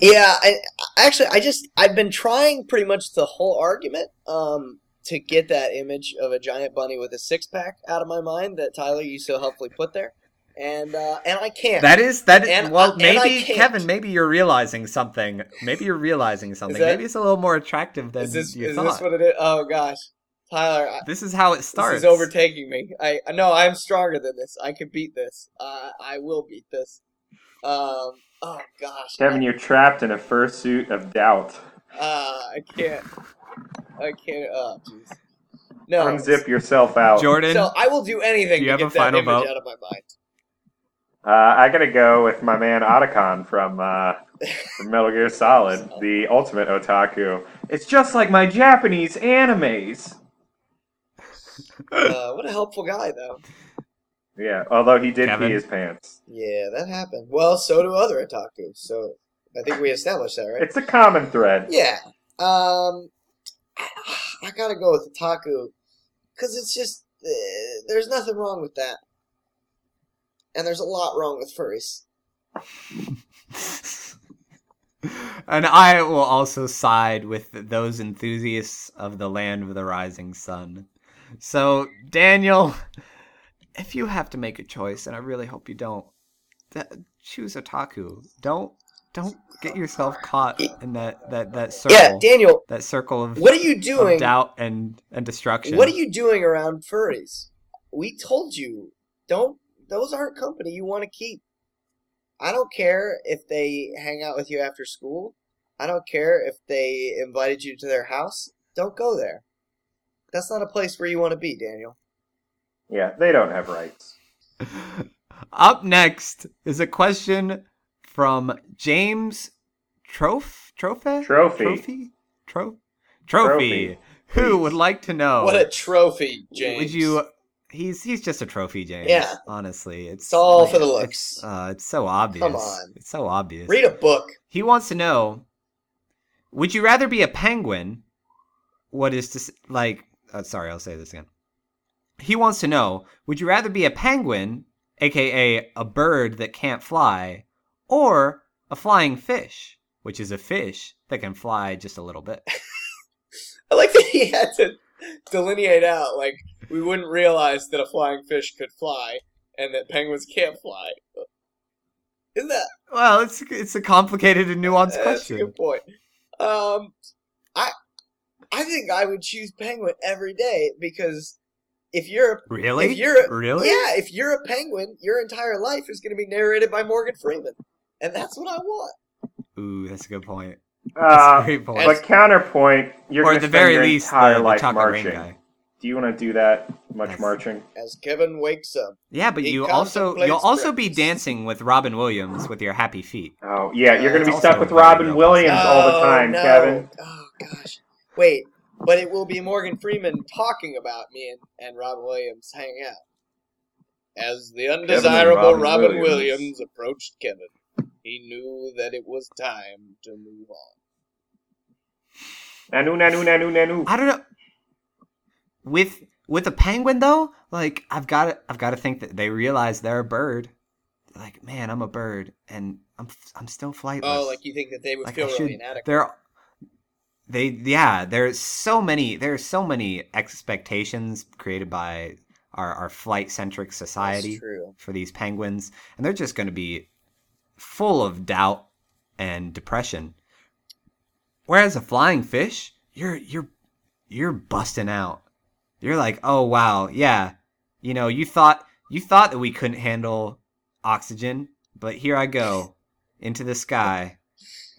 Yeah, I I- actually I just I've been trying pretty much the whole argument um to get that image of a giant bunny with a six pack out of my mind that Tyler you so helpfully put there, and uh, and I can't.
That is that is
And I-
well
and I
maybe
can't.
Kevin maybe you're realizing something maybe you're realizing something
that-
maybe it's a little more attractive than
is this
you
is
thought.
this what it is? Oh gosh, Tyler, I,
This is how it starts.
this is overtaking me. I no, I'm stronger than this. I could beat this. Uh, I will beat this. Um. Oh gosh,
Kevin, you're trapped in a fursuit of doubt.
Uh, I can't. I can't. Oh, jeez. No.
Unzip yourself out.
Jordan,
So I will do anything
Do you
to
have
get
a
that
final
image
vote?
out of my mind.
Uh, I gotta go with my man Otacon from, uh, from Metal Gear Solid, the ultimate otaku. It's just like my Japanese animes.
Uh, what a helpful guy, though.
Yeah, although he did
Kevin?
pee his pants.
Yeah, that happened. Well, so do other otaku. So I think we established that, right?
It's a common thread.
Yeah. Um, I gotta go with otaku because it's just uh, there's nothing wrong with that, and there's a lot wrong with furries.
and I will also side with those enthusiasts of the land of the rising sun. So Daniel, if you have to make a choice, and I really hope you don't, that, choose otaku. Don't don't get yourself caught in that that that circle.
Yeah, Daniel,
that circle of,
what are you
of
doing?
doubt and and destruction.
What are you doing around furries? We told you, don't. Those aren't company you want to keep. I don't care if they hang out with you after school. I don't care if they invited you to their house. Don't go there. That's not a place where you want to be, Daniel.
Yeah, they don't have rights.
Up next is a question from James Trof Trophy
Trophy.
Trophy Tro- Trophy
Trophy.
who
Please.
would like to know
What a trophy, James.
Oh. would you uh, he's he's just a trophy James
Yeah.
honestly it's,
It's all
like,
for the
it's,
looks.
uh, it's so obvious
Come on.
it's so obvious
Read a book.
he wants to know would you rather be a penguin what is to s- like uh, sorry i'll say this again he wants to know would you rather be a penguin aka a bird that can't fly or a flying fish which is a fish that can fly just a little bit
I like that he had to delineate out like we wouldn't realize that a flying fish could fly and that penguins can't fly. Isn't that eh,
well it's it's a complicated and nuanced
that's a
question
good point? Um, I I think I would choose penguin every day because if you're
really
If you're-
really
yeah, if you're a penguin, your entire life is going to be narrated by Morgan Freeman, and that's what I want.
ooh that's a good point that's a
Uh,
great point
but counterpoint, you're
or
going
at
to
the
spend
very
your
least
entire
the, the
life
chocolate rain
marching.
guy
Do you want to do that much
That's- Uh,
marching?
As Kevin wakes up,
Yeah, but
He
you
contemplates
also you'll also be
breakfast.
dancing with Robin Williams with your happy feet.
Oh yeah, you're going to
That's
be stuck
also
with
very
Robin
real.
Williams all the time,
Oh, no.
Kevin.
Oh gosh, wait, but it will be Morgan Freeman talking about me and, and Robin Williams hanging out. As the undesirable
Robin
Robin, Williams.
Williams.
approached Kevin, he knew that it was time to move on.
Nanu, nanu, nanu, nanu.
I don't know. With with a penguin though, like I've got to I've got to think that they realize they're a bird. Like, man, I'm a bird, and I'm I'm still flightless.
Oh, like you think that they would
Like,
feel
I
really
should-
inadequate?
there they yeah there's so many there's so many expectations created by our, our flight centric society
That's true.
for these penguins and they're just going to be full of doubt and depression whereas a flying fish you're you're you're busting out you're like oh wow yeah you know you thought you thought that we couldn't handle oxygen but here i go into the sky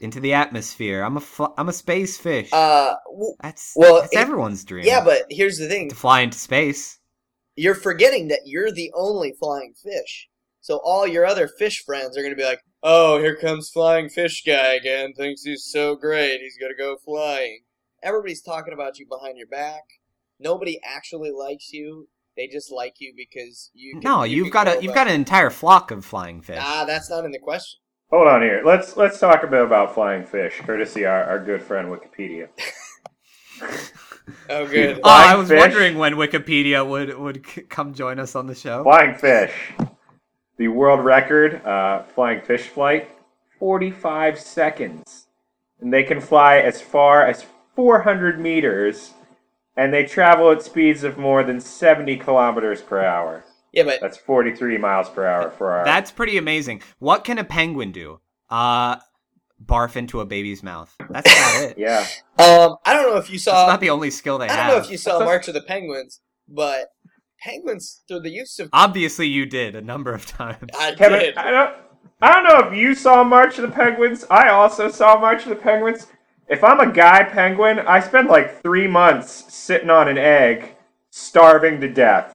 into the atmosphere i'm a fl- i'm a space fish
Uh, w-
that's
well,
that's
it-
everyone's dream
yeah, but here's the thing:
to fly into space
you're forgetting that you're the only flying fish. So all your other fish friends are going to be like, "Oh, here comes flying fish guy again. Thinks he's so great. He's going to go flying." Everybody's talking about you behind your back. Nobody actually likes you. They just like you because you. Can,
no
you
you've got
can go
a you've
about-
got an entire flock of flying fish
Ah, that's not in the question.
Hold on here. Let's let's talk a bit about flying fish, courtesy our, our good friend Wikipedia.
Oh,
Oh,
good.
I
Flying
was
fish.
wondering when Wikipedia would would c- come join us on the show.
Flying fish. The world record uh, flying fish flight, 45 seconds. And they can fly as far as 400 meters, and they travel at speeds of more than 70 kilometers per hour.
Yeah, but
That's 43 miles per hour for our.
That's pretty amazing. What can a penguin do? Uh, barf into a baby's mouth. That's about it.
yeah.
um, I don't know if you
That's
saw.
not the only skill they
I don't
have.
know if you saw March of the Penguins, but penguins through the use of
Obviously, you did a number of times.
I
Kevin,
did.
I don't, I don't know if you saw March of the Penguins. I also saw March of the Penguins. If I'm a guy penguin, I spend like three months sitting on an egg, starving to death.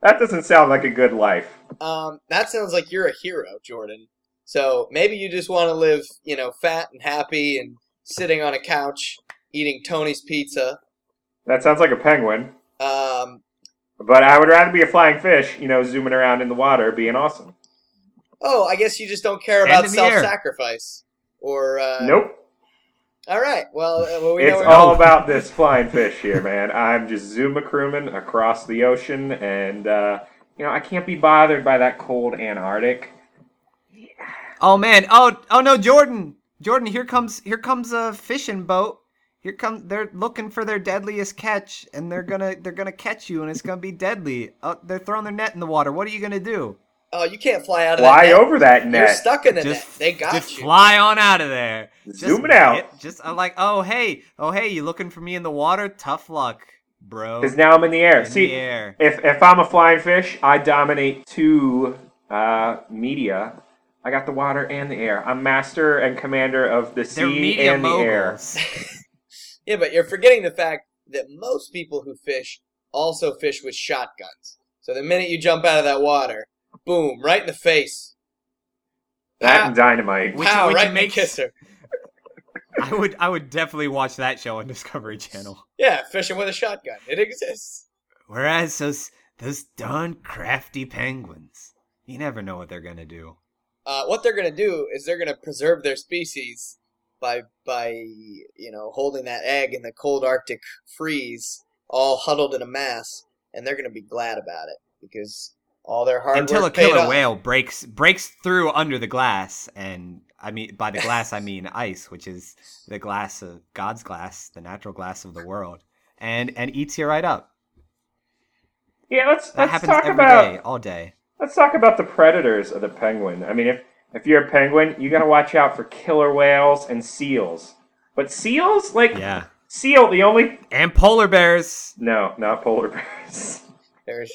That doesn't sound like a good life.
Um, that sounds like you're a hero, Jordan. So maybe you just want to live, you know, fat and happy and sitting on a couch eating Tony's pizza.
That sounds like a penguin.
Um,
But I would rather be a flying fish, you know, zooming around in the water, being awesome.
oh, I guess you just don't care
And
about
in the air.
self-sacrifice. Or uh,
nope.
All right. Well, uh, well we know
It's
we're
all about this flying fish here, man. I'm just zoom crewman across the ocean, and, uh, you know, I can't be bothered by that cold Antarctic.
Oh man. Oh oh no, Jordan. Jordan, here comes here comes a fishing boat, Here come they're looking for their deadliest catch and they're gonna they're gonna catch you and it's gonna be deadly. Uh, they're throwing their net in the water. What are you gonna do?
Oh, you can't fly out of that.
Fly
net.
over that
You're
net.
stuck in the
Just-
net. They got
just
you.
fly on out of there.
Zoom it out.
get- just I'm like, oh hey, oh hey, you looking for me in the water? Tough luck, bro.
Because now I'm in the air.
in
See,
the air.
if if I'm a flying fish, I dominate two uh, media. I got the water and the air. I'm master and commander of the
They're
sea
media
and the air.
moguls.
Yeah, but you're forgetting the fact that most people who fish also fish with shotguns. So the minute you jump out of that water, boom, right in the face.
That
Ah,
and dynamite.
Which-
pow,
which
right in the
makes-
kisser.
I would I would definitely watch that show on Discovery Channel.
Yeah, fishing with a shotgun. It exists.
Whereas those those darn crafty penguins, you never know what they're gonna do.
Uh, what they're gonna do is they're gonna preserve their species by by you know holding that egg in the cold Arctic freeze, all huddled in a mass, and they're gonna be glad about it because all their hard
Until a
work paid
killer
off.
whale breaks breaks through under the glass, and I mean by the glass I mean ice, which is the glass of God's glass, the natural glass of the world, and and eats you right up.
Yeah, let's
That
let's
happens
talk
every day,
about
all day.
let's talk about the predators of the penguin. I mean, if if you're a penguin, you gotta watch out for killer whales and seals. But seals, like
Yeah,
seal, the only
and polar bears.
no, not polar bears.
They're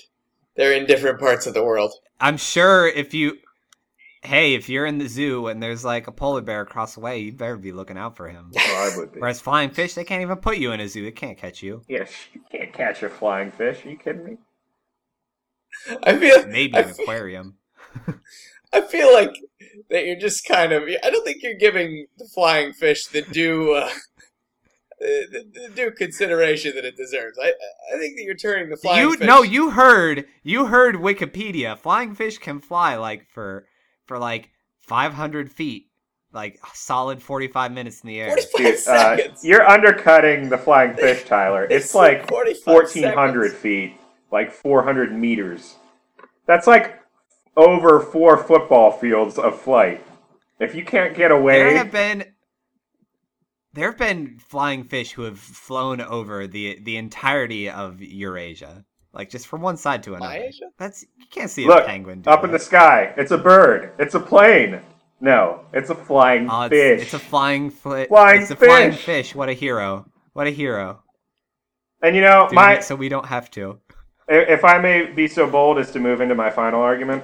they're in different parts of the world.
I'm sure if you, hey, if you're in the zoo and there's like a polar bear across the way, you better be looking out for him.
Well, I would be.
Whereas flying fish, they can't even put you in a zoo. They can't catch you.
Yeah, sh- you can't catch a flying fish. Are you kidding me?
I feel
Maybe
I
an
f-
aquarium.
I feel like that you're just kind of. I don't think you're giving the flying fish the due uh, the, the due consideration that it deserves. I I think that you're turning the flying
you
fish.
no, you heard you heard Wikipedia. Flying fish can fly like for for like 500 feet, like a solid 45 minutes in the air.
45
Dude, uh,
seconds.
you're undercutting the flying fish, Tyler.
They
It's
said
like
45
1400
seconds.
feet, like 400 meters. That's like over four football fields of flight. If you can't get
There
away,
have been there have been flying fish who have flown over the the entirety of Eurasia, like just from one side to another.
Malaysia?
That's you can't see
look
a penguin do
up in the
that.
sky. It's a bird. It's a plane. No, it's a flying
Oh,
fish.
it's, it's a flying fli-
Flying
It's a flying
fish.
fish. What a hero! What a hero!
and you know,
Doing
my
it so we don't have to.
if I may be so bold as to move into my final argument,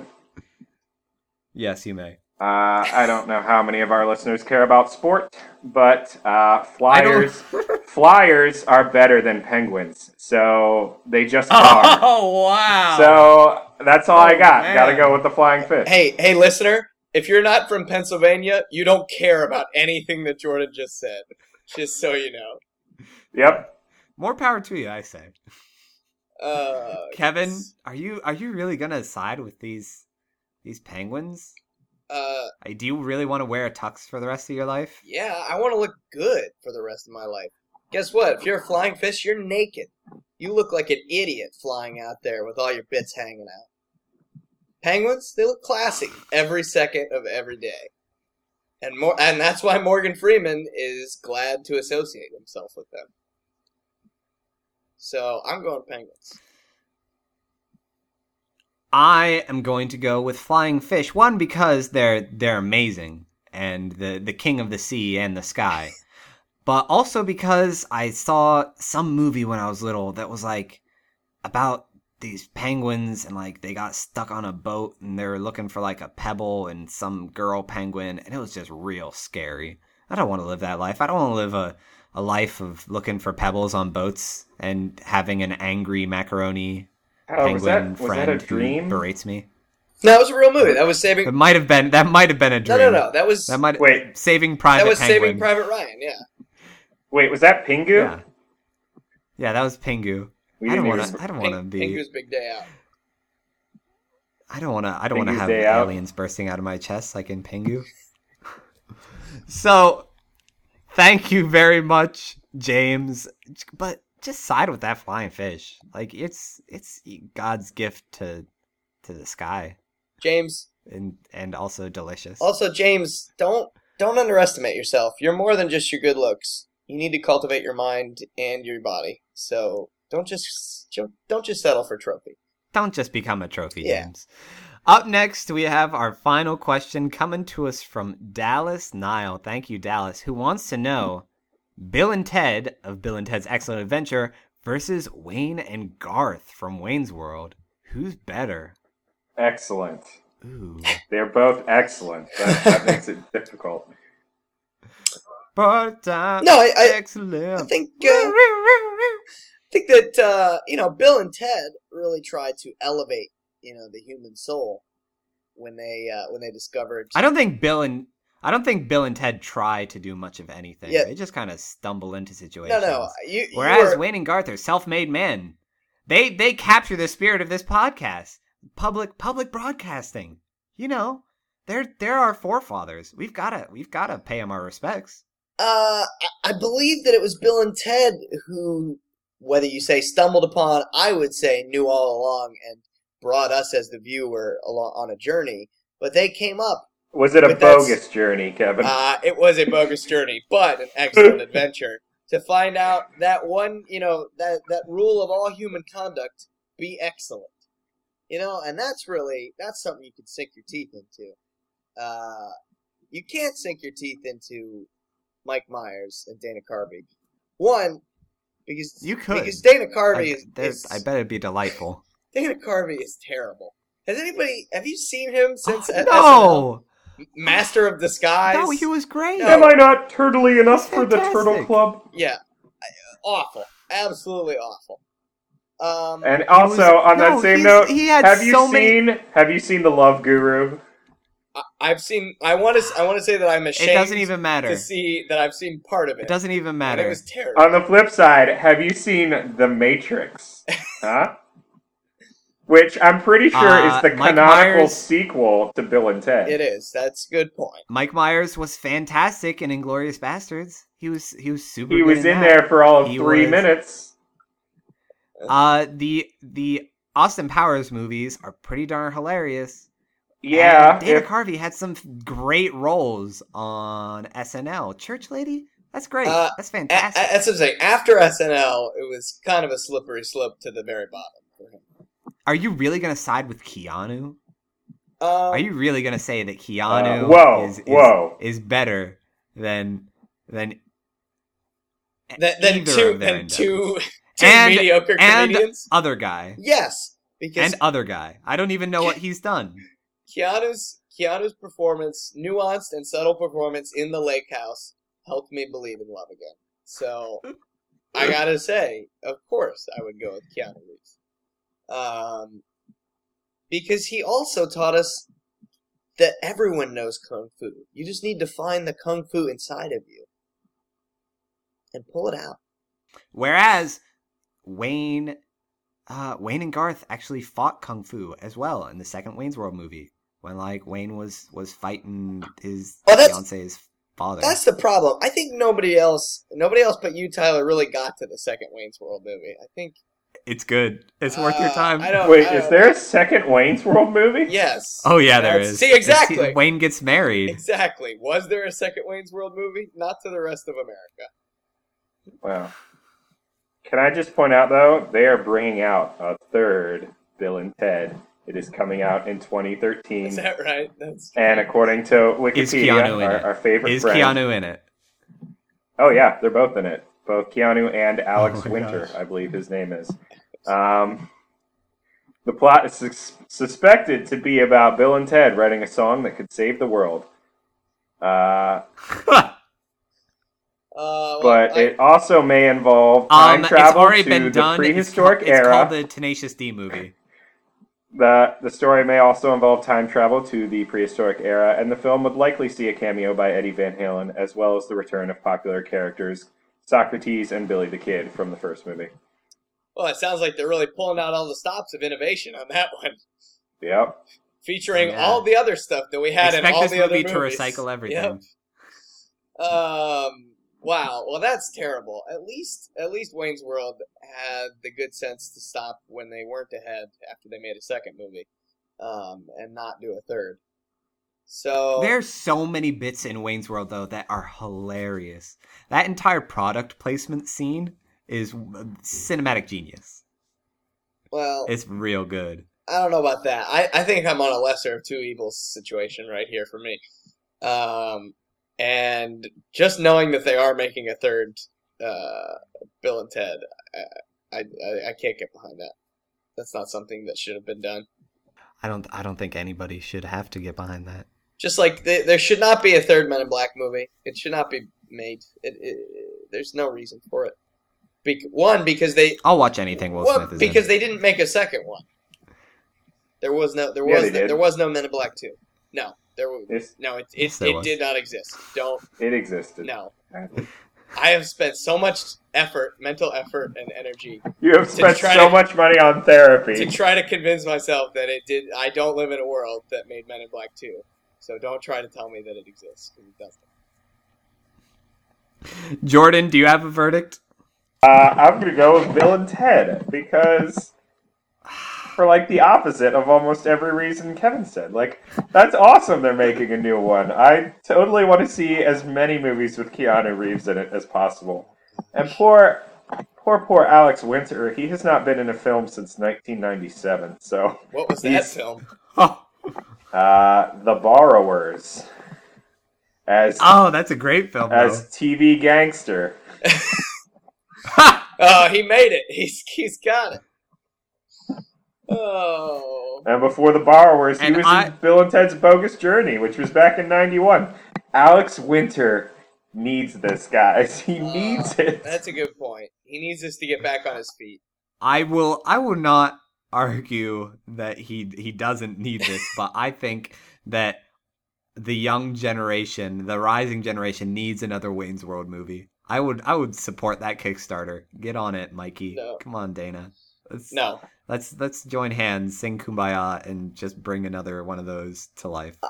Yes, you may.
Uh, I don't know how many of our listeners care about sport, but uh, flyers flyers are better than penguins, so they just are.
wow!
So that's all I
Oh,
got.
man.
Gotta go with the flying fish.
Hey, hey, listener! If you're not from Pennsylvania, you don't care about anything that Jordan just said. Just so you know.
Yep.
More power to you, I say.
Uh,
Kevin, are you are you really gonna side with these these penguins?
uh,
Uh, Do you really want to wear a tux for the rest of your life?
yeah, I want to look good for the rest of my life. Guess what? If you're a flying fish, you're naked. You look like an idiot flying out there with all your bits hanging out. Penguins, they look classy every second of every day. And more and that's why Morgan Freeman is glad to associate himself with them. So I'm going penguins.
I am going to go with flying fish. One because they're they're amazing and the the king of the sea and the sky, but also because I saw some movie when I was little that was like about these penguins and like they got stuck on a boat and they were looking for like a pebble and some girl penguin and it was just real scary. I don't want to live that life. I don't want to live a a life of looking for pebbles on boats and having an angry macaroni
Oh, was that
penguin
was
friend
that a
who
dream?
berates me.
No, that was a real movie. That was saving
That might have been that might have been a
No
dream.
no no. That was
That might
Wait.
Saving Private
that was
Penguin.
saving Private Ryan, yeah.
Wait, was that Pingu?
Yeah. Yeah, that was Pingu.
We
I
didn't
don't want
even-
to. I don't want to
Pink-
be.
Pingu's big day out.
I don't want to. I don't want to
Pingu's
have
day out.
aliens bursting out of my chest like in Pingu. so, thank you very much, James. But just side with that flying fish. Like it's it's God's gift to to the sky
James,
and and also delicious.
Also, James, don't don't underestimate yourself. You're more than just your good looks. You you need to cultivate your mind and your body. So don't just don't just settle for trophy.
Don't just become a trophy,
Yeah.
James. Up next, we have our final question coming to us from Dallas Nile. Thank you, Dallas, who wants to know Bill and Ted of Bill and Ted's Excellent Adventure versus Wayne and Garth from Wayne's World. Who's better?
Excellent.
Ooh.
They're both excellent. That, that makes it difficult.
Part time.
No, I- I- I
uh, excellent.
think uh, I think that uh, you know Bill and Ted really tried to elevate you know the human soul when they uh, when they discovered.
I don't think Bill and I don't think Bill and Ted try to do much of anything.
Yeah.
They just kind of stumble into
no,
situations.
no, you. you
Whereas
were-
Wayne and Garth are self-made men. They they capture the spirit of this podcast. Public public broadcasting. You know, they're they're our forefathers. We've got to we've got to pay them our respects.
Uh, I I believe that it was Bill and Ted who, whether you say stumbled upon, I would say knew all along and brought us as the viewer along on a journey. But they came up.
Was it a
But that's-
bogus journey, Kevin?
Uh, it was a bogus journey, but an excellent adventure to find out that one, you know, that that rule of all human conduct: be excellent. You know, and that's really that's something you can sink your teeth into. Uh, you can't sink your teeth into Mike Myers and Dana Carvey. One, because
You could.
because Dana Carvey
I,
is,
there's-
is-
I bet it'd be delightful.
Dana Carvey is terrible. Has anybody have you seen him since
Oh,
uh,
no,
SNL? Master of Disguise?
no, he was great.
No.
Am I not turtly enough for the
Fantastic.
Turtle Club?
Yeah, I- awful, absolutely awful. Um,
And
He was-
also on
no,
that same
he's-
note,
he had
have you
so many.
seen Have you seen the Love Guru?
I, I've seen. I want to. I want to say that I'm ashamed.
It doesn't even matter.
to see that I've seen part of it.
It doesn't even
and
matter.
It was terrible.
On the flip side, have you seen The Matrix? Huh? Which I'm pretty sure
Uh,
is the
Mike
canonical
Myers-
sequel to Bill and Ted.
it is. That's a good point.
Mike Myers was fantastic in Inglorious Bastards. He was he was super.
He
good
was
in
in
that.
there for all of
He
three
was-
minutes.
Uh, the the Austin Powers movies are pretty darn hilarious.
Yeah,
And Dana
if-
Carvey had some f- great roles on SNL. Church Lady, that's great.
Uh,
that's
A- a-
fantastic.
that's what I'm saying. After SNL, it was kind of a slippery slope to the very bottom for him.
are you really gonna side with Keanu?
Um,
Are you really gonna say that Keanu
Uh, whoa,
is, is
whoa.
is better than than
th- then
either
two
of their
then two, two
And-
mediocre
and-
comedians?
other guy
Yes, because
and other guy? I don't even know what he's done.
Keanu's Keanu's performance, nuanced and subtle performance in the lake house, helped me believe in love again. So I gotta say, of course, I would go with Keanu Reeves, um, because he also taught us that everyone knows kung fu. You just need to find the kung fu inside of you and pull it out.
Whereas Wayne, uh, Wayne and Garth actually fought kung fu as well in the second Wayne's World movie when like Wayne was was fighting his
Oh, that's-
fiance's father.
That's the problem. I think nobody else, nobody else but you, Tyler, really got to the second Wayne's World movie. I think
It's good. It's worth your
Uh,
time.
I don't-
Wait,
I
is
don't-
there a second Wayne's World movie?
Yes.
Oh yeah, there
That's-
is.
See, exactly.
It's- Wayne gets married.
Exactly. Was there a second Wayne's World movie? Not to the rest of America.
Wow. Can I just point out though, they are bringing out a third Bill and Ted. It is coming out in 2013,
Is that right? That's Uh,
and according to
Is Keanu
Wikipedia,
in
our,
it?
our favorite
Is
friend.
Keanu in it?
Oh yeah, they're both in it. Both Keanu and Alex
Oh my
Winter,
gosh.
I believe his name is. Um, the plot is sus- suspected to be about Bill and Ted writing a song that could save the world. Uh,
Uh, well,
but
I-
it also may involve time
um, it's
travel
already
to
been
the
done. It's
prehistoric
ca- it's,
era.
called the Tenacious D movie.
The, the story may also involve time travel to the prehistoric era, and the film would likely see a cameo by Eddie Van Halen, as well as the return of popular characters Socrates and Billy the Kid from the first movie.
well, it sounds like they're really pulling out all the stops of innovation on that one,
Yep.
featuring
Yeah.
all the other stuff that we had in
Expect
all
this
the
movie
other
to
movies.
recycle everything.
Yep. Um. Wow. Well, that's terrible. At least, at least Wayne's World had the good sense to stop when they weren't ahead after they made a second movie, um, and not do a third. So
There's so many bits in Wayne's World though that are hilarious. That entire product placement scene is cinematic genius.
well,
It's real good.
I don't know about that. I, I think I'm on a lesser of two evils situation right here for me. Um, and just knowing that they are making a third uh, Bill and Ted, I, I, I- I can't get behind that. That's not something that should have been done.
I don't I don't think anybody should have to get behind that.
Just like th there should not be a third Men in Black movie. It should not be made. It, it, there's no reason for it. Bec one because they
I'll watch anything Will
well,
Smith is in.
because they didn't make a second one. There was no there
Yeah,
was
they did.
there was no Men in Black two. No, there was
It's,
no it
Yes,
it,
there
it
was.
did not exist. Don't
it existed.
no.
Sadly.
I have spent so much effort, mental effort, and energy
You have spent
try
so
to-
much money on therapy.
to try to convince myself that it did. I don't live in a world that made Men in Black two. So don't try to tell me that it exists 'cause it doesn't.
Jordan, do you have a verdict?
Uh, I'm gonna go with Bill and Ted because for like the opposite of almost every reason Kevin said. Like that's awesome they're making a new one. I totally want to see as many movies with Keanu Reeves in it as possible. And poor poor poor Alex Winter, he has not been in a film since 1997. So
What was that
He's-
film?
Oh,
uh, The Borrowers as
oh that's a great film.
as TV gangster.
though.
Oh, he made it. He's he's got it. Oh,
And before the borrowers, he
And
was
I-
in Bill and Ted's Bogus Journey, which was back in '91. Alex Winter needs this, guys. He
Uh,
needs it.
that's a good point. He needs this to get back on his feet.
I will I will not argue that he he doesn't need this, but I think that the young generation, the rising generation needs another Wayne's World movie. I would I would support that Kickstarter. Get on it, Mikey.
No.
Come on, Dana. Let's
No,
let's let's join hands, sing kumbaya and just bring another one of those to life.
Uh,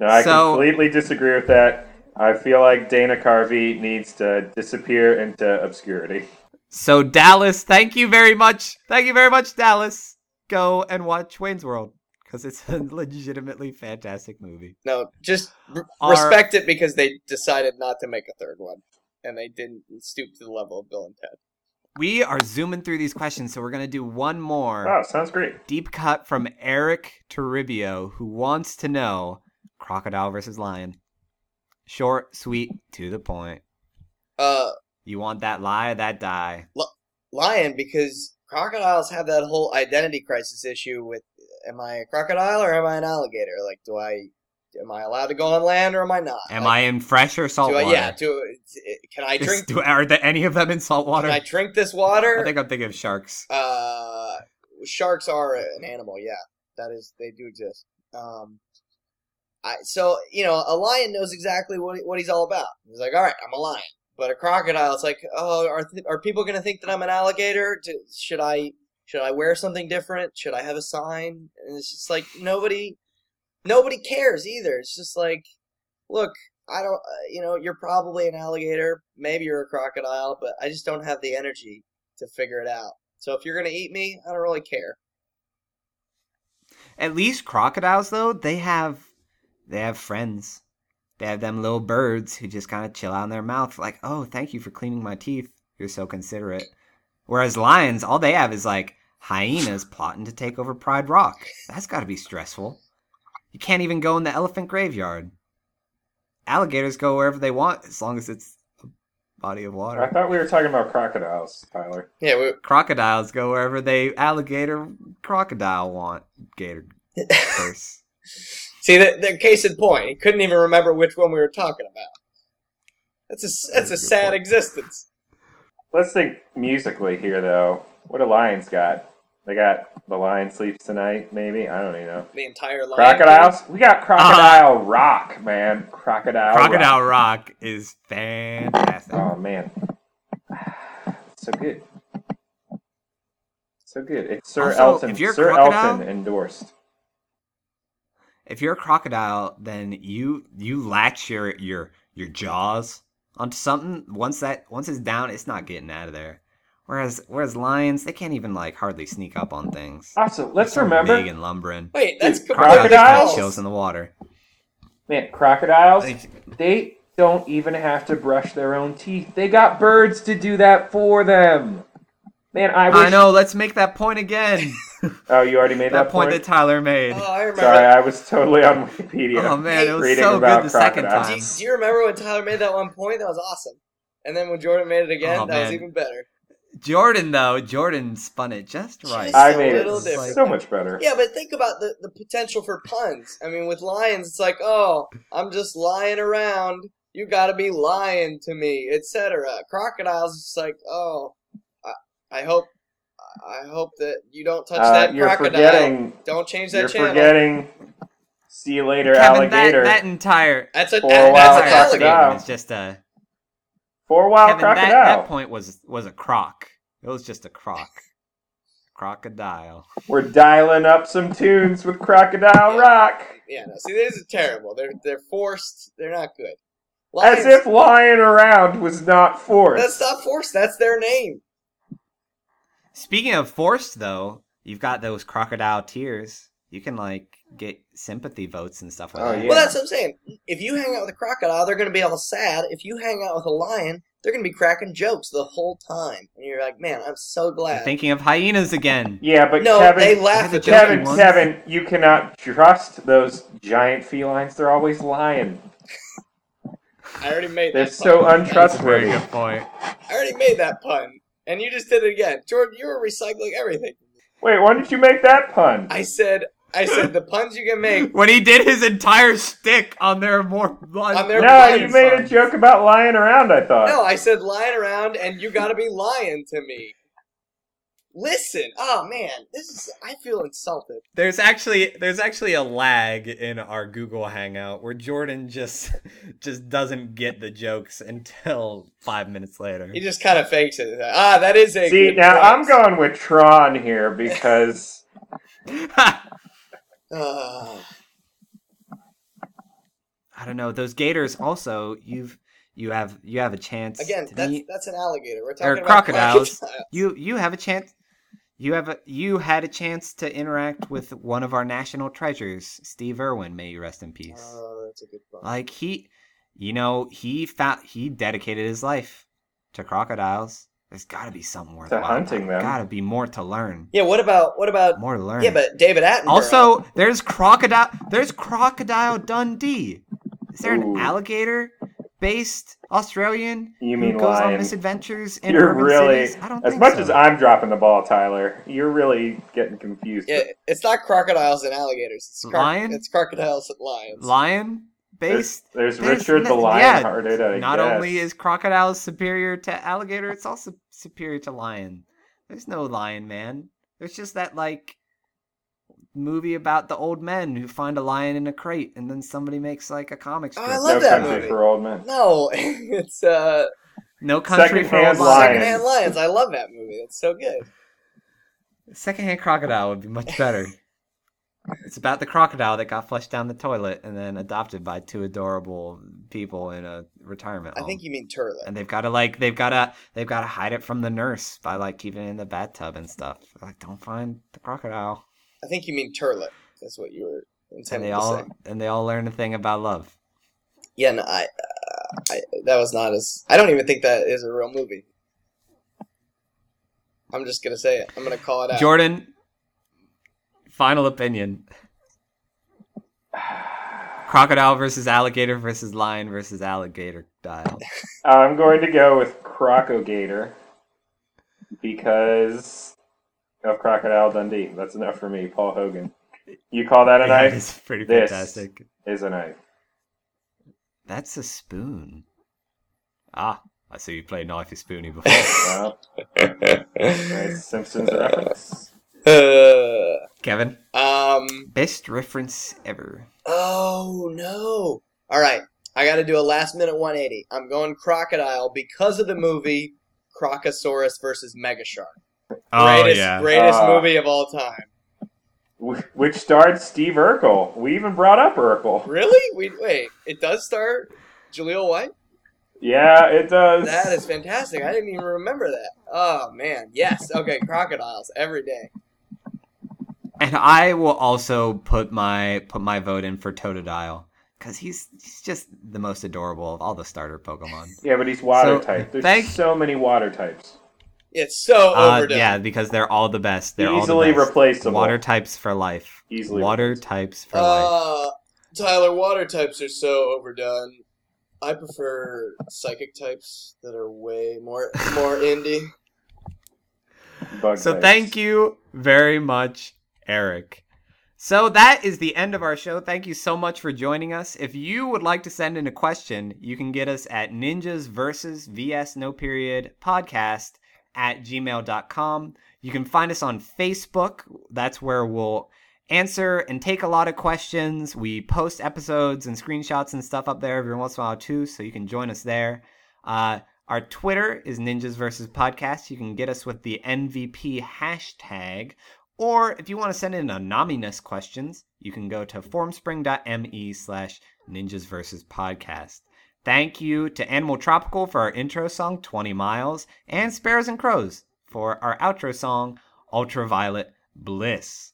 No, I
so-
completely disagree with that. I feel like Dana Carvey needs to disappear into obscurity.
So Dallas, thank you very much. Thank you very much Dallas. Go and watch Wayne's World cuz it's a legitimately fantastic movie.
no, just r-
Are-
respect it because they decided not to make a third one, and they didn't stoop to the level of Bill and Ted.
We are zooming through these questions, so we're going to do one more
Oh.
Wow, sounds great.
deep cut from Eric Toribio, who wants to know crocodile versus lion. Short, sweet, to the point.
Uh,
You want that lie or that die?
lion because crocodiles have that whole identity crisis issue with am I a crocodile or am I an alligator? Like, do I am I allowed to go on land or am I not?
Am
Like,
I in fresh or salt
Uh, Do I,
water?
yeah. Do can I
Is-
drink?
do- are there any of them in salt water?
Can I drink this water?
I think I'm thinking of sharks.
uh, sharks are an animal. Yeah, that is they do exist. Um, I so you know a lion knows exactly what what he's all about. He's like, all right, I'm a lion. But a crocodile, it's like, oh, are th- are people gonna think that I'm an alligator? Do, should I should I wear something different? Should I have a sign? And it's just like nobody nobody cares either. It's just like, look. I don't, uh, you know, you're probably an alligator. Maybe you're a crocodile, but I just don't have the energy to figure it out. So if you're gonna eat me, I don't really care.
At least crocodiles, though, they have they have friends. They have them little birds who just kind of chill out in their mouth, like, "Oh, thank you for cleaning my teeth. You're so considerate." Whereas lions, all they have is like hyenas plotting to take over Pride Rock. That's got to be stressful. You can't even go in the elephant graveyard. Alligators go wherever they want as long as it's a body of
I
water.
thought we were talking about crocodiles, Tyler.
Yeah, we,
Crocodiles go wherever they alligator crocodile want. Gator curse.
see the, the case in point. He couldn't even remember which one we were talking about. That's a that's
That's
a
a good
sad
point.
existence.
Let's think musically here, though. What do lions got? They got the lion sleeps tonight, maybe. I don't even know.
The entire line.
Crocodiles? We got crocodile rock, man. Crocodile. Rock.
Uh-huh. Crocodile Rock is fantastic.
Oh man, so good, so good. It's Sir
Also,
Elton.
if you're a
Sir
crocodile-
Elton endorsed.
If you're a crocodile, then you you latch your your your jaws onto something. Once that once it's down, it's not getting out of there. Whereas whereas lions, they can't even like hardly sneak up on things.
Also, Uh, let's
They're so
remember
big and lumbering.
Wait, that's Oh,
Dude,
Crocodile just kinda
Crocodiles?
chills
crocodiles.
in the water.
Man, crocodiles,
Thank you.
they don't even have to brush their own teeth. They got birds to do that for them. Man, I wish.
I know. Let's make that point again.
Oh, you already
that
made that,
point that Tyler made.
Oh, I remember.
Sorry, I was totally on Wikipedia.
Oh man, it was
Reading
so
about
good the second
crocodiles.
time.
Do, do you remember when Tyler made that one point? That was awesome. And then when Jordan made it again,
Oh,
that was
man.
even better.
Jordan though, Jordan spun it just
Just-
right.
I made
A little
it
different.
so much better.
Yeah, but think about the, the potential for puns. I mean, with lions, it's like, oh, I'm just lying around. You gotta be lying to me, etc. Crocodiles, it's like, oh, I, I hope, I hope that you don't touch
Uh,
that
you're
crocodile.
forgetting.
Don't change that
You're
channel.
forgetting. See you later,
Kevin, that,
alligator.
that entire
That's a
For a
that-
while,
that's an
crocodile.
alligator.
It's just a
For a while,
Kevin, that,
Oh, crocodile.
that point was was a croc. It was just a croc. Crocodile.
We're dialing up some tunes with Crocodile
Yeah.
Rock.
Yeah, no, see, these are terrible. They're they're forced. They're not good.
As if lying around was not forced.
that's not forced. That's their name.
Speaking of forced though, you've got those crocodile tears. You can like get sympathy votes and stuff like
Oh,
that.
yeah.
Well, that's what I'm saying. If you hang out with a crocodile, they're going to be all sad. If you hang out with a lion, they're going to be cracking jokes the whole time. And you're like, man, I'm so
You're
glad.
thinking of hyenas again.
yeah, but
No,
Kevin,
they laugh
Kevin-
at
Kevin-
Kevin,
jokes.
ones.
Kevin, you cannot trust those giant felines. They're always lying.
I already made
They're
that
so
pun.
That's a very
untrustworthy.
good point.
I already made that pun. And you just did it again. Jordan, you were recycling everything.
Wait, why did you make that pun?
I said, I said, the puns you can make.
When he did his entire stick on their more
On their-
No,
lying
you made a
songs.
joke about lying around. I thought.
No, I said lying around and you got to be lying to me. Listen, oh man, this is, I feel insulted.
There's actually there's actually a lag in our Google Hangout where Jordan just just doesn't get the jokes until five minutes later.
He just kind of fakes it. Ah, that is a
See,
good
now
point.
I'm going with Tron here because
I
Ah.
don't know those gators. Also, you've you have you have a chance
Again,
to
that's
be-
that's an alligator. We're
Or
talking about Oh,
crocodiles.
crocodile.
you you have a chance. You have a, you had a chance to interact with one of our national treasures, Steve Irwin. May you rest in peace.
Oh, that's a good point.
Like he, you know, he found he dedicated his life to crocodiles. There's got to be something worthwhile.
hunting them.
Got to be more to learn.
yeah, what about what about
More to learn.
yeah? But David Attenborough.
also, there's crocodile. There's crocodile Dundee. Is there an
Ooh.
alligator-based Australian
You
who
mean
goes on
lion.
misadventures in
you're
urban
really,
cities? I don't
as
think
much
so.
as I'm dropping the ball, Tyler, you're really getting confused.
yeah, it's not crocodiles and alligators. It's croc-
Lion?
It's crocodiles and lions.
There's,
lion-based.
there's
There's
Richard the
no-
Lion Hearted. I
not
guess.
only is crocodile superior to alligator, it's also superior to lion. There's no lion man. There's just that like movie about the old men who find a lion in a crate, and then somebody makes like a comic
Oh,
strip.
I
no
love that
country
movie.
for old men.
No, it's uh
No country for old
Secondhand
lions.
lion.
secondhand lions. I love that movie. That's so good.
Secondhand crocodile would be much better. it's about the crocodile that got flushed down the toilet and then adopted by two adorable people in a retirement
I
home.
think you mean turlet.
Oh. and they've got to like they've got to they've got to hide it from the nurse by like keeping it in the bathtub and stuff. Like, don't find the crocodile.
I think you mean turlet. That's what you were
And
intending
they
to
all
say.
and they all learn a thing about love.
Yeah, no, I, uh, I that was not as. I don't even think that is a real movie. I'm just gonna say it. I'm gonna call it out.
Jordan, final opinion: crocodile versus alligator versus lion versus alligator dial.
I'm going to go with Crocogator because of Crocodile Dundee. That's enough for me. Paul Hogan. You call that
That
a knife?
is pretty
This.
fantastic.
Is a knife.
That's a spoon. Ah, I see you played knifey spoony before.
Well, nice Simpsons reference.
Uh,
Kevin,
um.
best reference ever.
Oh no! All right, I got to do a last minute 180. I'm going crocodile because of the movie Crocosaurus versus Megashark.
Oh,
greatest, greatest
Ah.
movie of all time.
Wh- Which starred Steve Urkel. We even brought up Urkel.
Really? We wait. It does star Jaleel White.
Yeah, it does.
That is fantastic. I didn't even remember that. Oh man, yes. Okay, crocodiles every day.
And I will also put my put my vote in for Totodile because he's he's just the most adorable of all the starter Pokemon.
Yeah, but he's water
So,
type. There's
thank-
so many water types.
It's so
Uh,
overdone.
yeah, because they're all the best. They're
Easily
all the best.
replaceable.
Water types for life.
Easily
Water types for life.
Uh, Tyler, water types are so overdone. I prefer psychic types that are way more more indie.
Bug
So
types.
thank you very much, Eric. So that is the end of our show. Thank you so much for joining us. If you would like to send in a question, you can get us at ninjas versus vs no period podcast at gmail.com. You can find us on Facebook. That's where we'll answer and take a lot of questions. We post episodes and screenshots and stuff up there every once in a while too, so you can join us there. Uh, our Twitter is Ninjas versus Podcast. You can get us with the NVP hashtag. Or if you want to send in anonymous questions, you can go to formspring.me slash ninjas versus podcast. Thank you to Animal Tropical for our intro song, 20 Miles, and Sparrows and Crows for our outro song, Ultraviolet Bliss.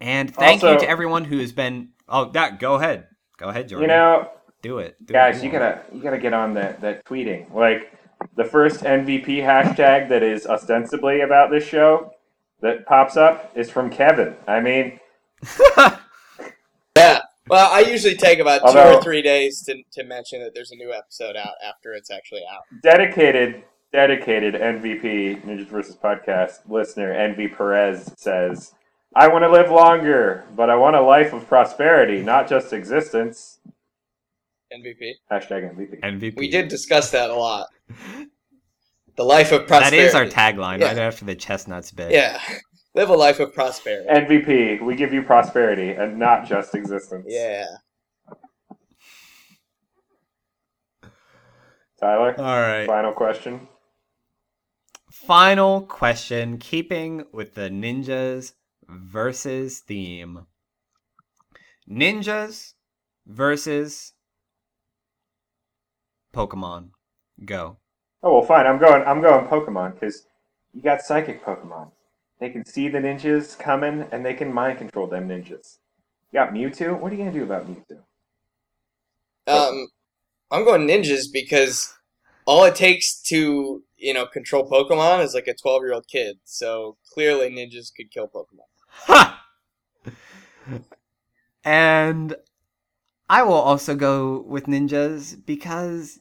And thank you
Also-
to everyone who has been. Oh, that, go ahead. Go ahead, Jordan.
You know,
do it. Do
guys,
it.
you gotta you gotta get on that that tweeting. Like the first MVP hashtag that is ostensibly about this show that pops up is from Kevin. I mean,
Yeah. Well, I usually take about
Oh,
two
Although-
or three days to, to mention that there's a new episode out after it's actually out.
dedicated dedicated MVP Ninjas vs podcast listener Envy Perez says, "I want to live longer, but I want a life of prosperity, not just existence."
MVP.
Hashtag MVP.
MVP.
We did discuss that a lot. The life of
That
prosperity.
is our tagline right
Yeah.
after the chestnuts bit.
Yeah. Live a life of prosperity.
MVP, we give you prosperity and not just existence.
Yeah.
Tyler,
All right.
final question.
Final question, keeping with the ninjas versus theme. Ninjas versus Pokemon. Go.
Oh well, fine. I'm going. I'm going Pokemon because you got psychic Pokemon. They can see the ninjas coming, and they can mind control them ninjas. You got Mewtwo. What are you gonna do about Mewtwo?
Um, I'm going ninjas because all it takes to you know control Pokemon is like a 12 year old kid. So clearly ninjas could kill Pokemon.
Ha! And I will also go with ninjas because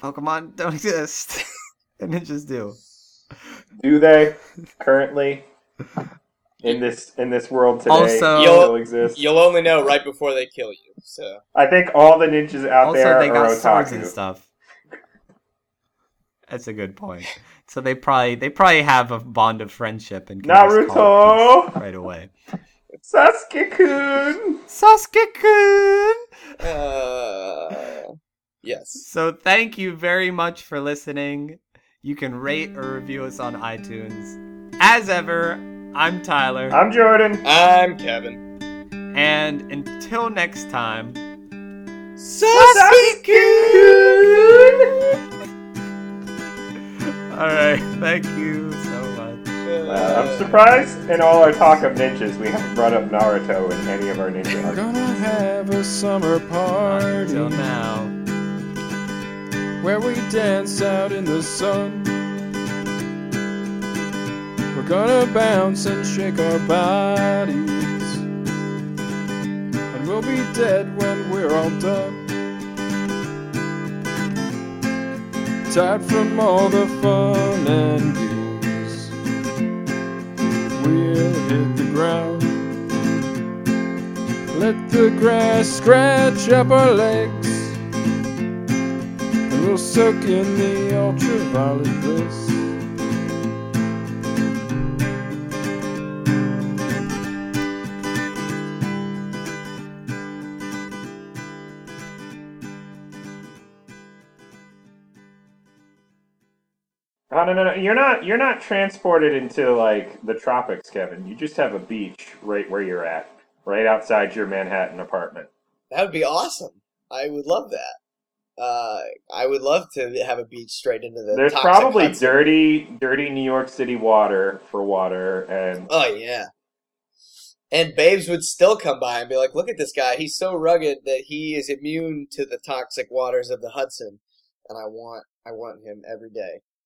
Pokemon don't exist. and ninjas do.
Do they currently in this in this world today
Also-
still exist?
You'll only know right before they kill you. So
I think all the ninjas out
also
there
they got
are
swords and
otaku.
stuff that's a good point so they probably they probably have a bond of friendship and can just call it
Naruto!
peace right away
Sasuke-kun.
sasuke
uh, yes,
so thank you very much for listening you can rate or review us on itunes as ever i'm tyler
I'm Jordan.
I'm Kevin.
and until next time
Sasuke-kun.
all right thank you so much
Uh, I'm surprised in all our talk of ninjas, we haven't brought up Naruto in any of our ninja
We're
arguments.
gonna have a summer party
until now
where we dance out in the sun. We're gonna bounce and shake our bodies, and we'll be dead when we're all done. Tired from all the fun and games, we'll hit the ground. Let the grass scratch up our legs. And we'll soak in the ultraviolet bliss.
Oh no no no! You're not you're not transported into like the tropics, Kevin. You just have a beach right where you're at, right outside your Manhattan apartment.
That would be awesome. I would love that. Uh, I would love to have a beach straight into the.
There's
toxic
probably
Hudson.
dirty dirty New York City water for water, and
Oh yeah. And babes would still come by and be like, look at this guy. He's so rugged that he is immune to the toxic waters of the Hudson. And I want, I want him every day.